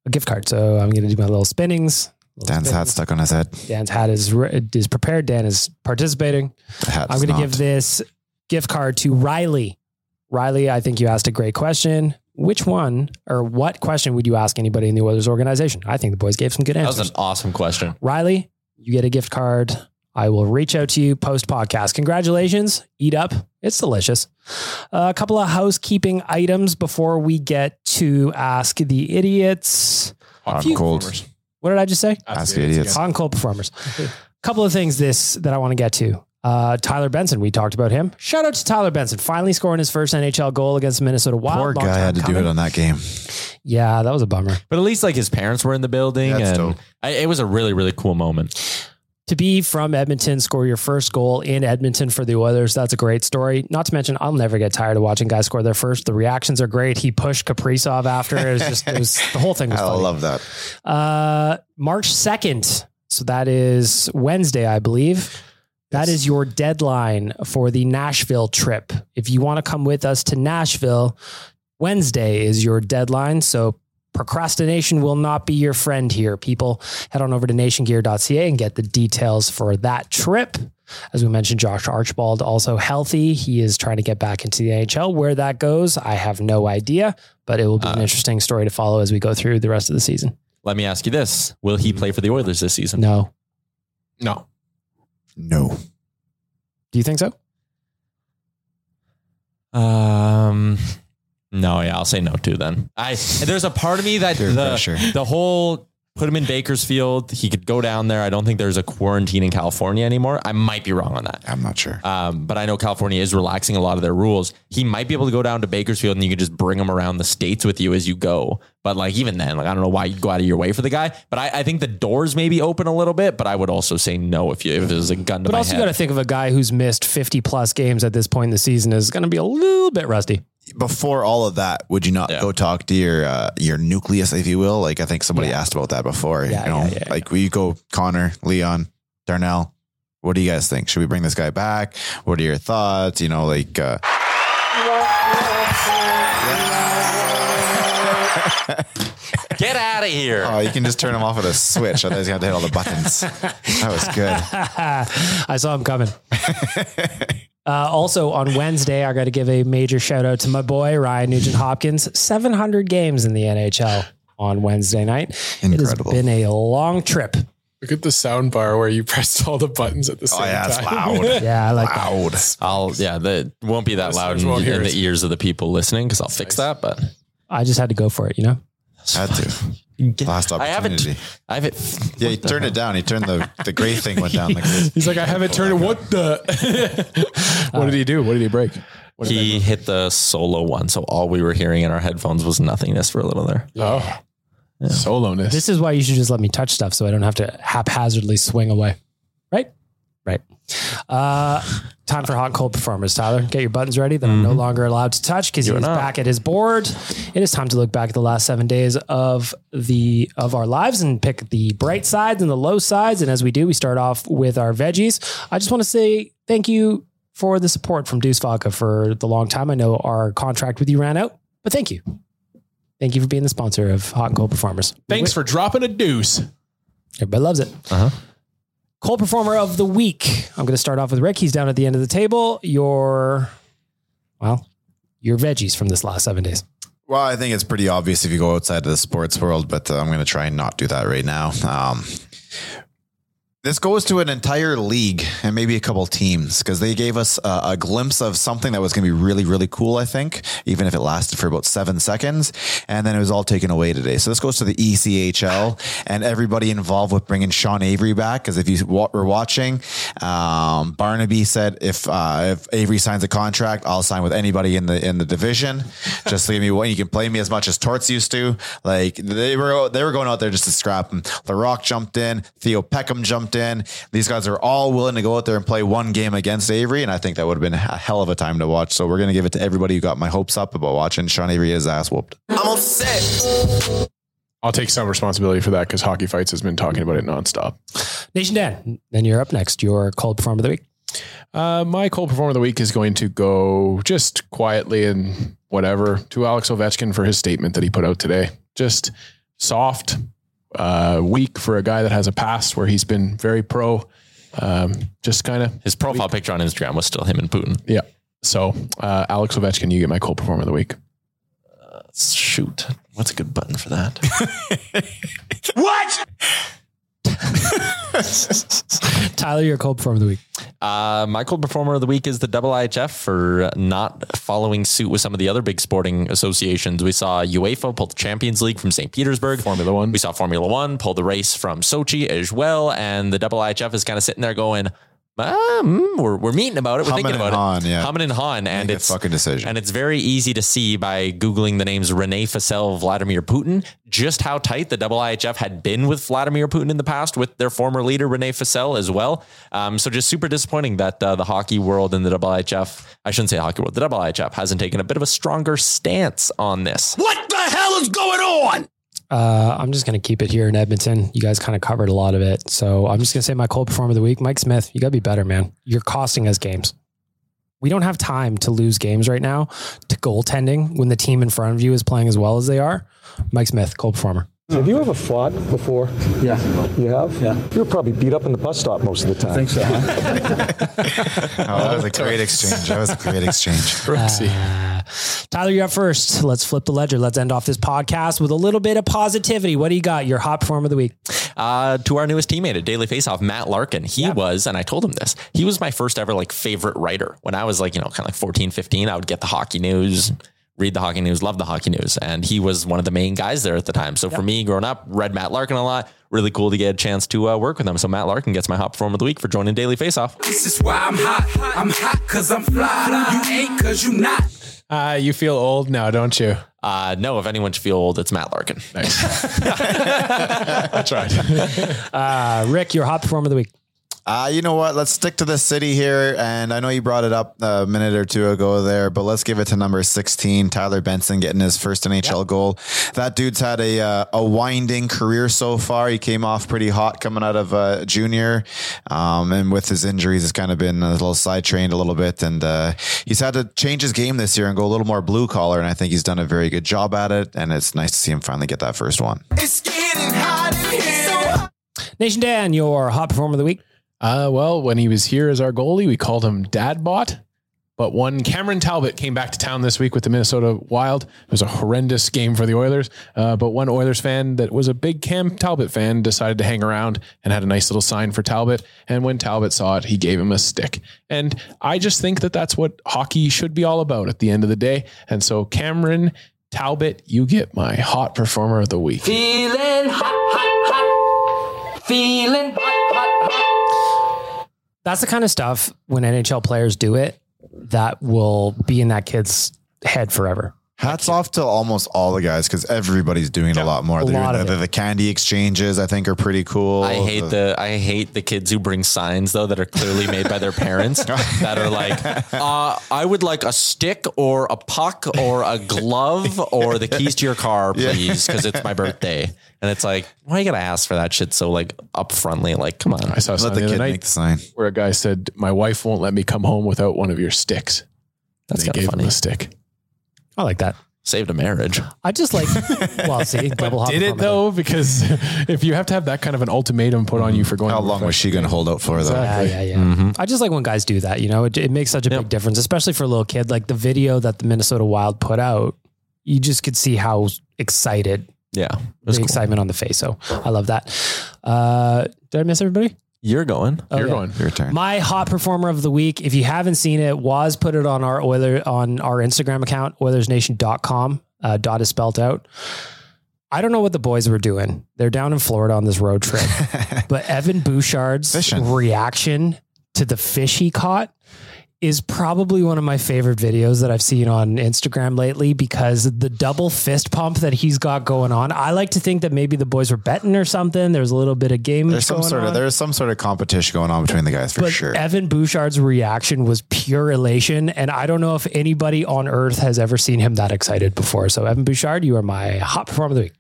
S2: a gift card. So I'm going to do my little spinnings. Little
S3: Dan's hat
S2: spinnings.
S3: stuck on his head.
S2: Dan's hat is, re- is prepared. Dan is participating.
S3: The hat
S2: I'm
S3: is
S2: going to
S3: not.
S2: give this gift card to Riley. Riley, I think you asked a great question. Which one or what question would you ask anybody in the Oilers organization? I think the boys gave some good
S4: That
S2: answers.
S4: was an awesome question.
S2: Riley, you get a gift card. I will reach out to you post podcast. Congratulations. Eat up. It's delicious. a couple of housekeeping items before we get to Ask the Idiots.
S3: Hot
S2: Phew.
S3: and cold.
S5: Performers.
S2: What did I just say?
S3: Ask the idiots.
S2: On cold performers. couple of things this that I want to get to. Uh, Tyler Benson, we talked about him. Shout out to Tyler Benson, finally scoring his first NHL goal against the Minnesota Wild.
S3: Poor
S2: Long
S3: guy
S2: time
S3: had to do
S2: coming.
S3: it on that game.
S2: Yeah, that was a bummer.
S4: But at least like his parents were in the building,
S3: That's
S4: and
S3: dope.
S4: I, it was a really really cool moment.
S2: to be from Edmonton, score your first goal in Edmonton for the Oilers. That's a great story. Not to mention, I'll never get tired of watching guys score their first. The reactions are great. He pushed Kaprizov after. It was just it was, the whole thing was
S3: I
S2: funny.
S3: love that.
S2: Uh, March 2nd. So that is Wednesday, I believe. That is your deadline for the Nashville trip. If you want to come with us to Nashville, Wednesday is your deadline. So procrastination will not be your friend here. People head on over to nationgear.ca and get the details for that trip. As we mentioned, Josh Archibald also healthy. He is trying to get back into the NHL. Where that goes, I have no idea, but it will be an interesting story to follow as we go through the rest of the season.
S4: Let me ask you this: Will he play for the Oilers this season?
S2: No.
S5: No.
S3: No.
S2: Do you think so?
S4: Um, no, yeah, I'll say no too. Then I there's a part of me that
S3: Peer
S4: the,
S3: pressure.
S4: the whole put him in Bakersfield, he could go down there. I don't think there's a quarantine in California anymore. I might be wrong on that.
S3: I'm not sure.
S4: Um, but I know California is relaxing a lot of their rules. He might be able to go down to Bakersfield and you can just bring him around the states with you as you go. But like even then, like I don't know why you'd go out of your way for the guy. But I, I think the doors maybe open a little bit. But I would also say no if you if there's a gun to
S2: But
S4: my
S2: also, you
S4: head.
S2: got to think of a guy who's missed 50 plus games at this point in the season is going to be a little bit rusty.
S3: Before all of that, would you not
S4: Yeah.
S3: go talk to your uh, your nucleus, if you will? Like I think somebody asked about that before.
S2: Yeah,
S3: you know,
S2: yeah, yeah,
S3: like we go Connor, Leon, Darnell. What do you guys think? Should we bring this guy back? What are your thoughts? You know, like uh,
S4: Get out of here.
S3: oh, you can just turn him off with a switch. I thought he's gonna have to hit all the buttons. That was good.
S2: I saw him coming. uh, also, on Wednesday, I got to give a major shout out to my boy, Ryan Nugent Hopkins. 700 games in the NHL on Wednesday night.
S3: Incredible.
S2: It has been a long trip.
S5: Look at the sound bar where you pressed all the buttons at the same
S3: Oh yeah, it's
S5: time.
S3: loud.
S2: Yeah, I like that.
S3: Loud.
S4: I'll yeah, that won't be that loud in,
S5: won't hear
S4: in
S5: it.
S4: the ears of the people listening because I'll fix that. But
S2: I just had to go for it, you know?
S3: Had to. Last
S4: I haven't.
S3: opportunity.
S4: I haven't.
S3: Yeah, he turned it down. He turned the the gray thing went down. Like this.
S5: He's like, I haven't turned. What the? what did he do? What did he break? What did
S4: He hit the solo one, so all we were hearing in our headphones was nothingness for a little there.
S5: I- oh, soloness.
S2: This is why you should just let me touch stuff so I don't have to haphazardly swing away. Right? Right. Uh, time for hot cold performers, Tyler. Get your buttons ready that I'm no longer allowed to touch because he
S4: You're
S2: is
S4: not.
S2: back at his board. It is time to look back at the last seven days of the of our lives and pick the bright sides and the low sides. And as we do, we start off with our veggies. I just want to say thank you for the support from Deuce Vodka for the long time. I know our contract with you ran out, but thank you. Thank you for being the sponsor of Hot and Cold Performers.
S5: Thanks for dropping a deuce.
S2: Everybody loves it.
S4: Uh-huh.
S2: Cold performer of the week. I'm going to start off with Rick. He's down at the end of the table. Your, well, your veggies from this last seven days.
S3: Well, I think it's pretty obvious if you go outside of the sports world, but uh, I'm going to try and not do that right now. Um, This goes to an entire league and maybe a couple teams because they gave us a, a glimpse of something that was going to be really, really cool, I think, even if it lasted for about seven seconds. And then it was all taken away today. So this goes to the E ECHL and everybody involved with bringing Sean Avery back. Because if you wa- were watching, um, Barnaby said, if, uh, if Avery signs a contract, I'll sign with anybody in the in the division. Just leave me one. You can play me as much as Torts used to. Like they were they were going out there just to scrap him. The Rock jumped in. Theo Peckham jumped in. These guys are all willing to go out there and play one game against Avery, and I think that would have been a hell of a time to watch. So we're gonna give it to everybody who got my hopes up about watching Sean Avery get his ass whooped.
S5: I'll take some responsibility for that because Hockey Fights has been talking about it nonstop.
S2: Nation Dan, then you're up next. Your cold performer of the week.
S5: Uh, my cold performer of the week is going to go just quietly and whatever to Alex Ovechkin for his statement that he put out today. Just soft, uh, weak for a guy that has a past where he's been very pro. Um, just kind of
S4: His profile picture on Instagram was still him and Putin.
S5: yeah. So uh, Alex Ovechkin, you get my cold performer of the week.
S4: Shoot, what's a good button for that?
S2: Tyler, your cold performer of the week.
S4: Uh, my cold performer of the week is the IIHF for not following suit with some of the other big sporting associations. We saw UEFA pull the Champions League from St. Petersburg.
S5: Formula One.
S4: We saw Formula One pull the race from Sochi as well. And the IIHF is kind of sitting there going, ah, mm, we're, we're meeting about it. We're
S3: Humming
S4: thinking about
S3: and hawing,
S4: it.
S3: yeah.
S4: Humming and hawing. And
S3: Make a
S4: it's
S3: fucking decision.
S4: And it's very easy to see by Googling the names Rene Fasel, Vladimir Putin, just how tight the IIHF had been with Vladimir Putin in the past, with their former leader, Rene Fasel, as well. Um, so just super disappointing that uh, the hockey world and the IIHF, I shouldn't say hockey world, the IIHF hasn't taken a bit of a stronger stance on this.
S2: Uh, I'm just going to keep it here in Edmonton. You guys kind of covered a lot of it. So I'm just going to say my cold performer of the week, Mike Smith, you got to be better, man. You're costing us games. We don't have time to lose games right now to goaltending when the team in front of you is playing as well as they are. Mike Smith, cold performer.
S6: Have you ever fought before? Yeah. You have? Yeah. You were probably beat up in the bus stop most of the time. I think so.
S3: Oh, that was a great exchange. That was a great exchange.
S5: Roxy.
S2: Tyler, you're up first. Let's flip the ledger. Let's end off this podcast with a little bit of positivity. What do you got? Your hot performer of the week.
S4: uh, to our newest teammate at Daily Faceoff, Matt Larkin. He was, and I told him this, he was my first ever like favorite writer. When I was like, you know, kind of like 14, 15, I would get the hockey news, read the hockey news, love the hockey news. And he was one of the main guys there at the time. So for me growing up, read Matt Larkin a lot. Really cool to get a chance to uh, work with him. So Matt Larkin gets my hot performer of the week for joining Daily Faceoff.
S7: This is why I'm hot. I'm hot cause I'm fly. You ain't cause you not.
S5: Uh, you feel old now, don't you?
S4: Uh, no, if anyone should feel old, it's Matt Larkin.
S5: That's right.
S2: Uh, Rick, your hot performer of the week.
S3: Uh, you know what? Let's stick to the city here. And I know you brought it up a minute or two ago there, but let's give it to number 16, Tyler Benson getting his first NHL goal. That dude's had a, uh, a winding career so far. He came off pretty hot coming out of uh, junior. Um, and with his injuries, it's kind of been a little sidetrained a little bit. And uh, he's had to change his game this year and go a little more blue collar. And I think he's done a very good job at it. And it's nice to see him finally get that first one.
S7: It's getting hot in here.
S2: Nation Dan, your hot performer of the week.
S5: Uh, well, when he was here as our goalie, we called him Dadbot. But one Cameron Talbot came back to town this week with the Minnesota Wild. It was a horrendous game for the Oilers. Uh, but one Oilers fan that was a big Cam Talbot fan decided to hang around and had a nice little sign for Talbot. And when Talbot saw it, he gave him a stick. And I just think that that's what hockey should be all about at the end of the day. And so, Cameron Talbot, you get my hot performer of the week.
S7: Feeling hot, hot, hot. Feeling hot, hot, hot.
S2: that's the kind of stuff when NHL players do it that will be in that kid's head forever.
S3: Hats off to almost all the guys because everybody's doing it a lot more.
S2: a
S3: They're-
S2: lot of
S3: the,
S2: it.
S3: the candy exchanges, I think, are pretty cool.
S4: I hate the I hate the kids who bring signs though that are clearly made by their parents that are like, uh, I would like a stick or a puck or a glove or the keys to your car, please, because it's my birthday. And it's like, why you gotta ask for that shit so like upfrontly? Like, come on.
S5: I saw
S3: Let
S5: something
S3: the
S5: the other
S3: kid
S5: night
S3: make the sign.
S5: where a guy said, "My wife won't let me come home without one of your sticks."
S4: That's
S5: And
S4: kinda
S5: they gave
S4: funny.
S5: him a stick.
S2: I like that.
S4: Saved a marriage.
S2: I just like, well, see, double hop
S5: Did it
S2: performer.
S5: though? Because if you have to have that kind of an ultimatum put on you for going,
S3: How long was she going to hold out for, though?
S2: Yeah, yeah, yeah.
S5: Mm.
S4: Mm-hmm.
S2: I just like when guys do that. You know, it, it makes such a big difference, especially for a little kid. Like the video that the Minnesota Wild put out, you just could see how excited
S4: Yeah. It
S2: the
S4: was cool.
S2: excitement on the face. So I love that. Uh, did I miss everybody?
S4: You're going.
S2: Okay. My hot performer of the week, if you haven't seen it, Waz put it on our Oiler on our Instagram account, OilersNation.com. Uh, dot is spelled out. I don't know what the boys were doing. They're down in Florida on this road trip, but Evan Bouchard's reaction to the fish he caught is probably one of my favorite videos that I've seen on Instagram lately because the double fist pump that he's got going on. I like to think that maybe the boys were betting or something. There's a little bit of game.
S3: There's some
S2: going
S3: sort
S2: on.
S3: of there's some sort of competition going on between the guys for
S2: but
S3: sure.
S2: Evan Bouchard's reaction was pure elation, and I don't know if anybody on earth has ever seen him that excited before. So, Evan Bouchard, you are my hot performer of the week.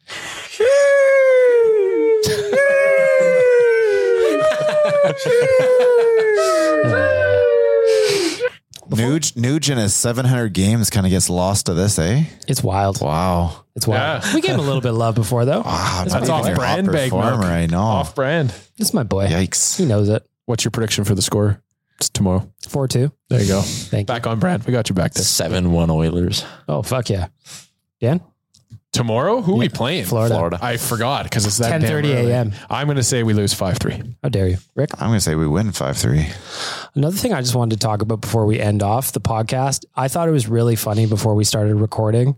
S3: Nuge, Nuge in his 700 games kind of gets lost to this, eh?
S2: It's wild.
S3: Wow.
S2: It's wild. We gave him a little bit of love before, though.
S5: That's off brand, bag
S3: performer, I know.
S5: Off brand.
S2: It's my boy.
S3: Yikes.
S2: He knows it.
S5: What's your prediction for the score? It's tomorrow.
S2: Four two.
S5: There you go.
S2: Thank
S5: back on brand. We got you back there.
S4: Seven one Oilers.
S2: Oh fuck yeah, Dan.
S5: Tomorrow, who are we playing?
S2: Florida.
S5: I forgot because it's that damn
S2: 10:30
S5: early.
S2: a.m..
S5: I'm going to say we lose five three.
S2: How dare you, Rick?
S3: I'm going to say we win 5 3.
S2: Another thing I just wanted to talk about before we end off the podcast, I thought it was really funny before we started recording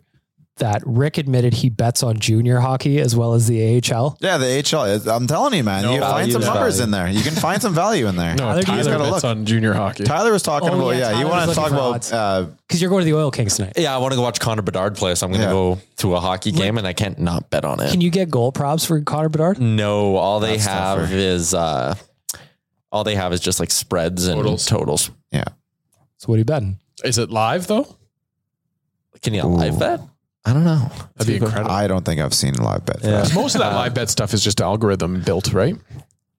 S2: that Rick admitted he bets on junior hockey as well as the AHL.
S3: Yeah, the HL. is- I'm telling you, man.
S5: No
S3: you find
S5: value
S3: some
S5: there.
S3: numbers in there. You can find some value in there.
S5: No,
S2: Tyler,
S5: Tyler,
S2: do you-
S3: gotta
S5: bets
S3: look.
S5: on junior hockey.
S3: Tyler was talking
S2: Oh,
S3: about,
S2: yeah,
S3: yeah,
S2: Tyler's
S3: you want
S2: looking
S3: to talk
S2: for
S3: about
S2: odds.
S3: uh,
S2: Because you're going to the Oil Kings tonight.
S4: Yeah, I want to go watch Connor Bedard play, so I'm going to
S3: Yeah.
S4: go to a hockey game, and I can't not bet on it.
S2: Can you get goal props for Connor Bedard?
S4: No, all they
S3: That's
S4: have
S3: tougher.
S4: is uh all they have is just like spreads and
S5: Totals.
S4: totals.
S3: yeah.
S2: So what are you betting?
S5: Is it live though?
S4: Can you
S3: Ooh.
S4: live bet? I don't know.
S5: That'd be incredible.
S3: I don't think I've seen live bet. for
S4: Yeah.
S3: that.
S5: Most of that live bet stuff is just algorithm built, right?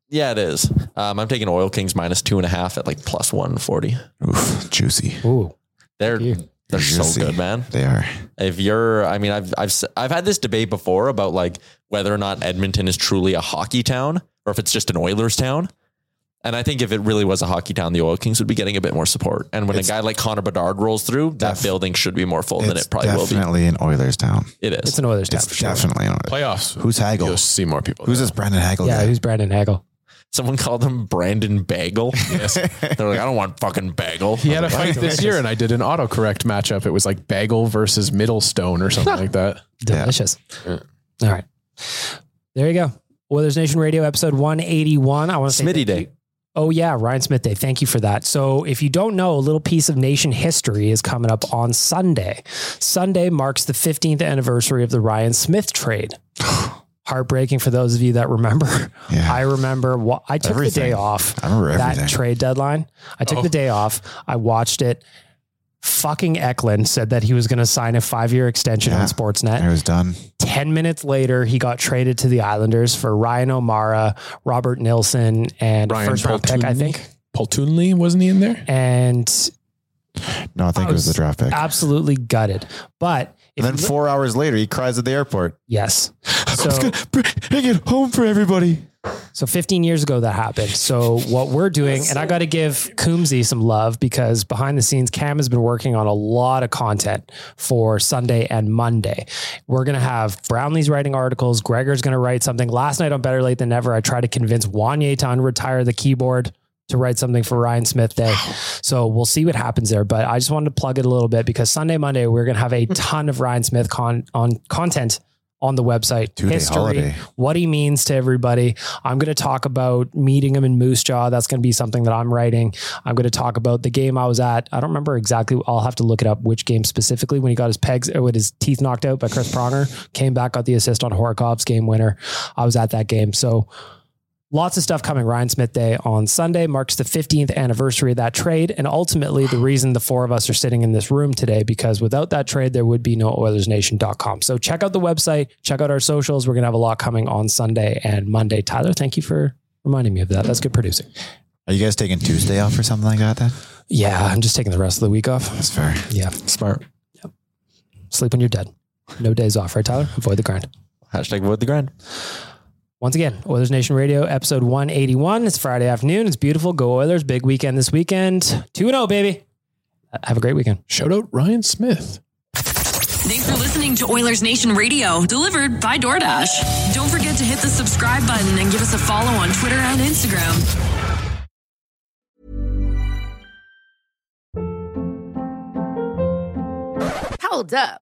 S4: Yeah, it is. Um, I'm taking Oil Kings minus two and a half at like plus one forty.
S3: Oof, juicy.
S2: Ooh,
S4: They're
S2: you.
S4: they're so
S3: Juicy.
S4: good, man.
S3: They are.
S4: If you're, I mean, I've I've s- I've had this debate before about like whether or not Edmonton is truly a hockey town or if it's just an Oilers town. And I think if it really was a hockey town, the Oil Kings would be getting a bit more support. And when
S3: It's-
S4: a guy like Connor Bedard rolls through, that
S3: Def-
S4: building should be more full than
S3: It's
S4: it probably will be.
S3: definitely an Oilers town.
S4: It is.
S2: it's an Oilers tap
S3: It's
S2: for sure.
S3: definitely an Oilers.
S5: Playoffs.
S3: Who's Hagel?
S5: You'll see more people.
S3: Who's
S5: there.
S3: this Brandon Hagel
S2: Yeah,
S3: guy?
S2: who's Brandon Hagel?
S4: Someone called him Brandon Bagel. They're like, I don't want fucking bagel.
S5: He had a fight this year, and I did an autocorrect matchup. It was like Bagel versus Middlestone or something like that.
S2: Delicious. All right. There you go. Oilers Nation Radio episode 181. I want to say
S4: Smitty
S2: thank
S4: Day.
S2: you- Oh yeah, Ryan Smith Day. Thank you for that. So, if you don't know, a little piece of nation history is coming up on Sunday. Sunday marks the 15th anniversary of the Ryan Smith trade. Heartbreaking for those of you that remember.
S3: Yeah.
S2: I remember. Wa- I took
S3: Everything.
S2: the day off.
S3: I remember everything. Oh.
S2: that trade deadline. I took the day off. I watched it. Fucking Eklund said that he was going to sign a five-year extension
S3: Yeah.
S2: on Sportsnet.
S3: I was done.
S2: 10 minutes later, he got traded to the Islanders for Ryan O'Mara, Robert Nilsson, and
S5: Ryan
S2: first round pick, I
S5: Paltunyi?
S2: think.
S5: Poltunley wasn't he in there?
S2: And
S3: No, I think
S2: I
S3: it was the
S2: was
S3: draft pick.
S2: absolutely gutted. But if
S3: And then
S2: you look-
S3: four hours later, he cries at the airport.
S2: yes. So,
S3: Bring it home for everybody.
S2: so 15 years ago that happened. So what we're doing, and I got to give Coombsy some love because behind the scenes, Cam has been working on a lot of content for Sunday and Monday. We're going to have Brownlee's writing articles. Gregor's going to write something. Last night on Better Late Than Never, I tried to convince Wanye to unretire the keyboard. to write something for Ryan Smith Day. So we'll see what happens there. But I just wanted to plug it a little bit because Sunday, Monday, we're going to have a ton of Ryan Smith con- on content on the website.
S3: Two-day holiday.
S2: what he means to everybody. I'm going to talk about meeting him in Moose Jaw. That's going to be something that I'm writing. I'm going to talk about the game I was at. I don't remember exactly. I'll have to look it up which game specifically when he got his pegs or with his teeth knocked out by Chris Pronger. Came back, got the assist on Horakov's game winner. I was at that game. So Lots of stuff coming. Ryan Smith Day on Sunday marks the 15th anniversary of that trade. And ultimately, the reason the four of us are sitting in this room today, because without that trade, there would be no OilersNation.com. So check out the website, check out our socials. We're going to have a lot coming on Sunday and Monday. Tyler, thank you for reminding me of that. That's good producing.
S3: Are you guys taking Tuesday off or something like that then?
S2: Yeah, I'm just taking the rest of the week off.
S3: That's fair.
S2: Yeah.
S4: Smart.
S2: Sleep when you're dead. No days off, right, Tyler? Avoid the grind.
S4: Hashtag avoid the grind.
S2: Once again, Oilers Nation Radio, episode 181. It's Friday afternoon. It's beautiful. Go Oilers. Big weekend this weekend. 2 0, baby. Have a great weekend.
S5: Shout out Ryan Smith.
S8: Thanks for listening to Oilers Nation Radio, delivered by DoorDash. Don't forget to hit the subscribe button and give us a follow on Twitter and Instagram.
S9: Hold up.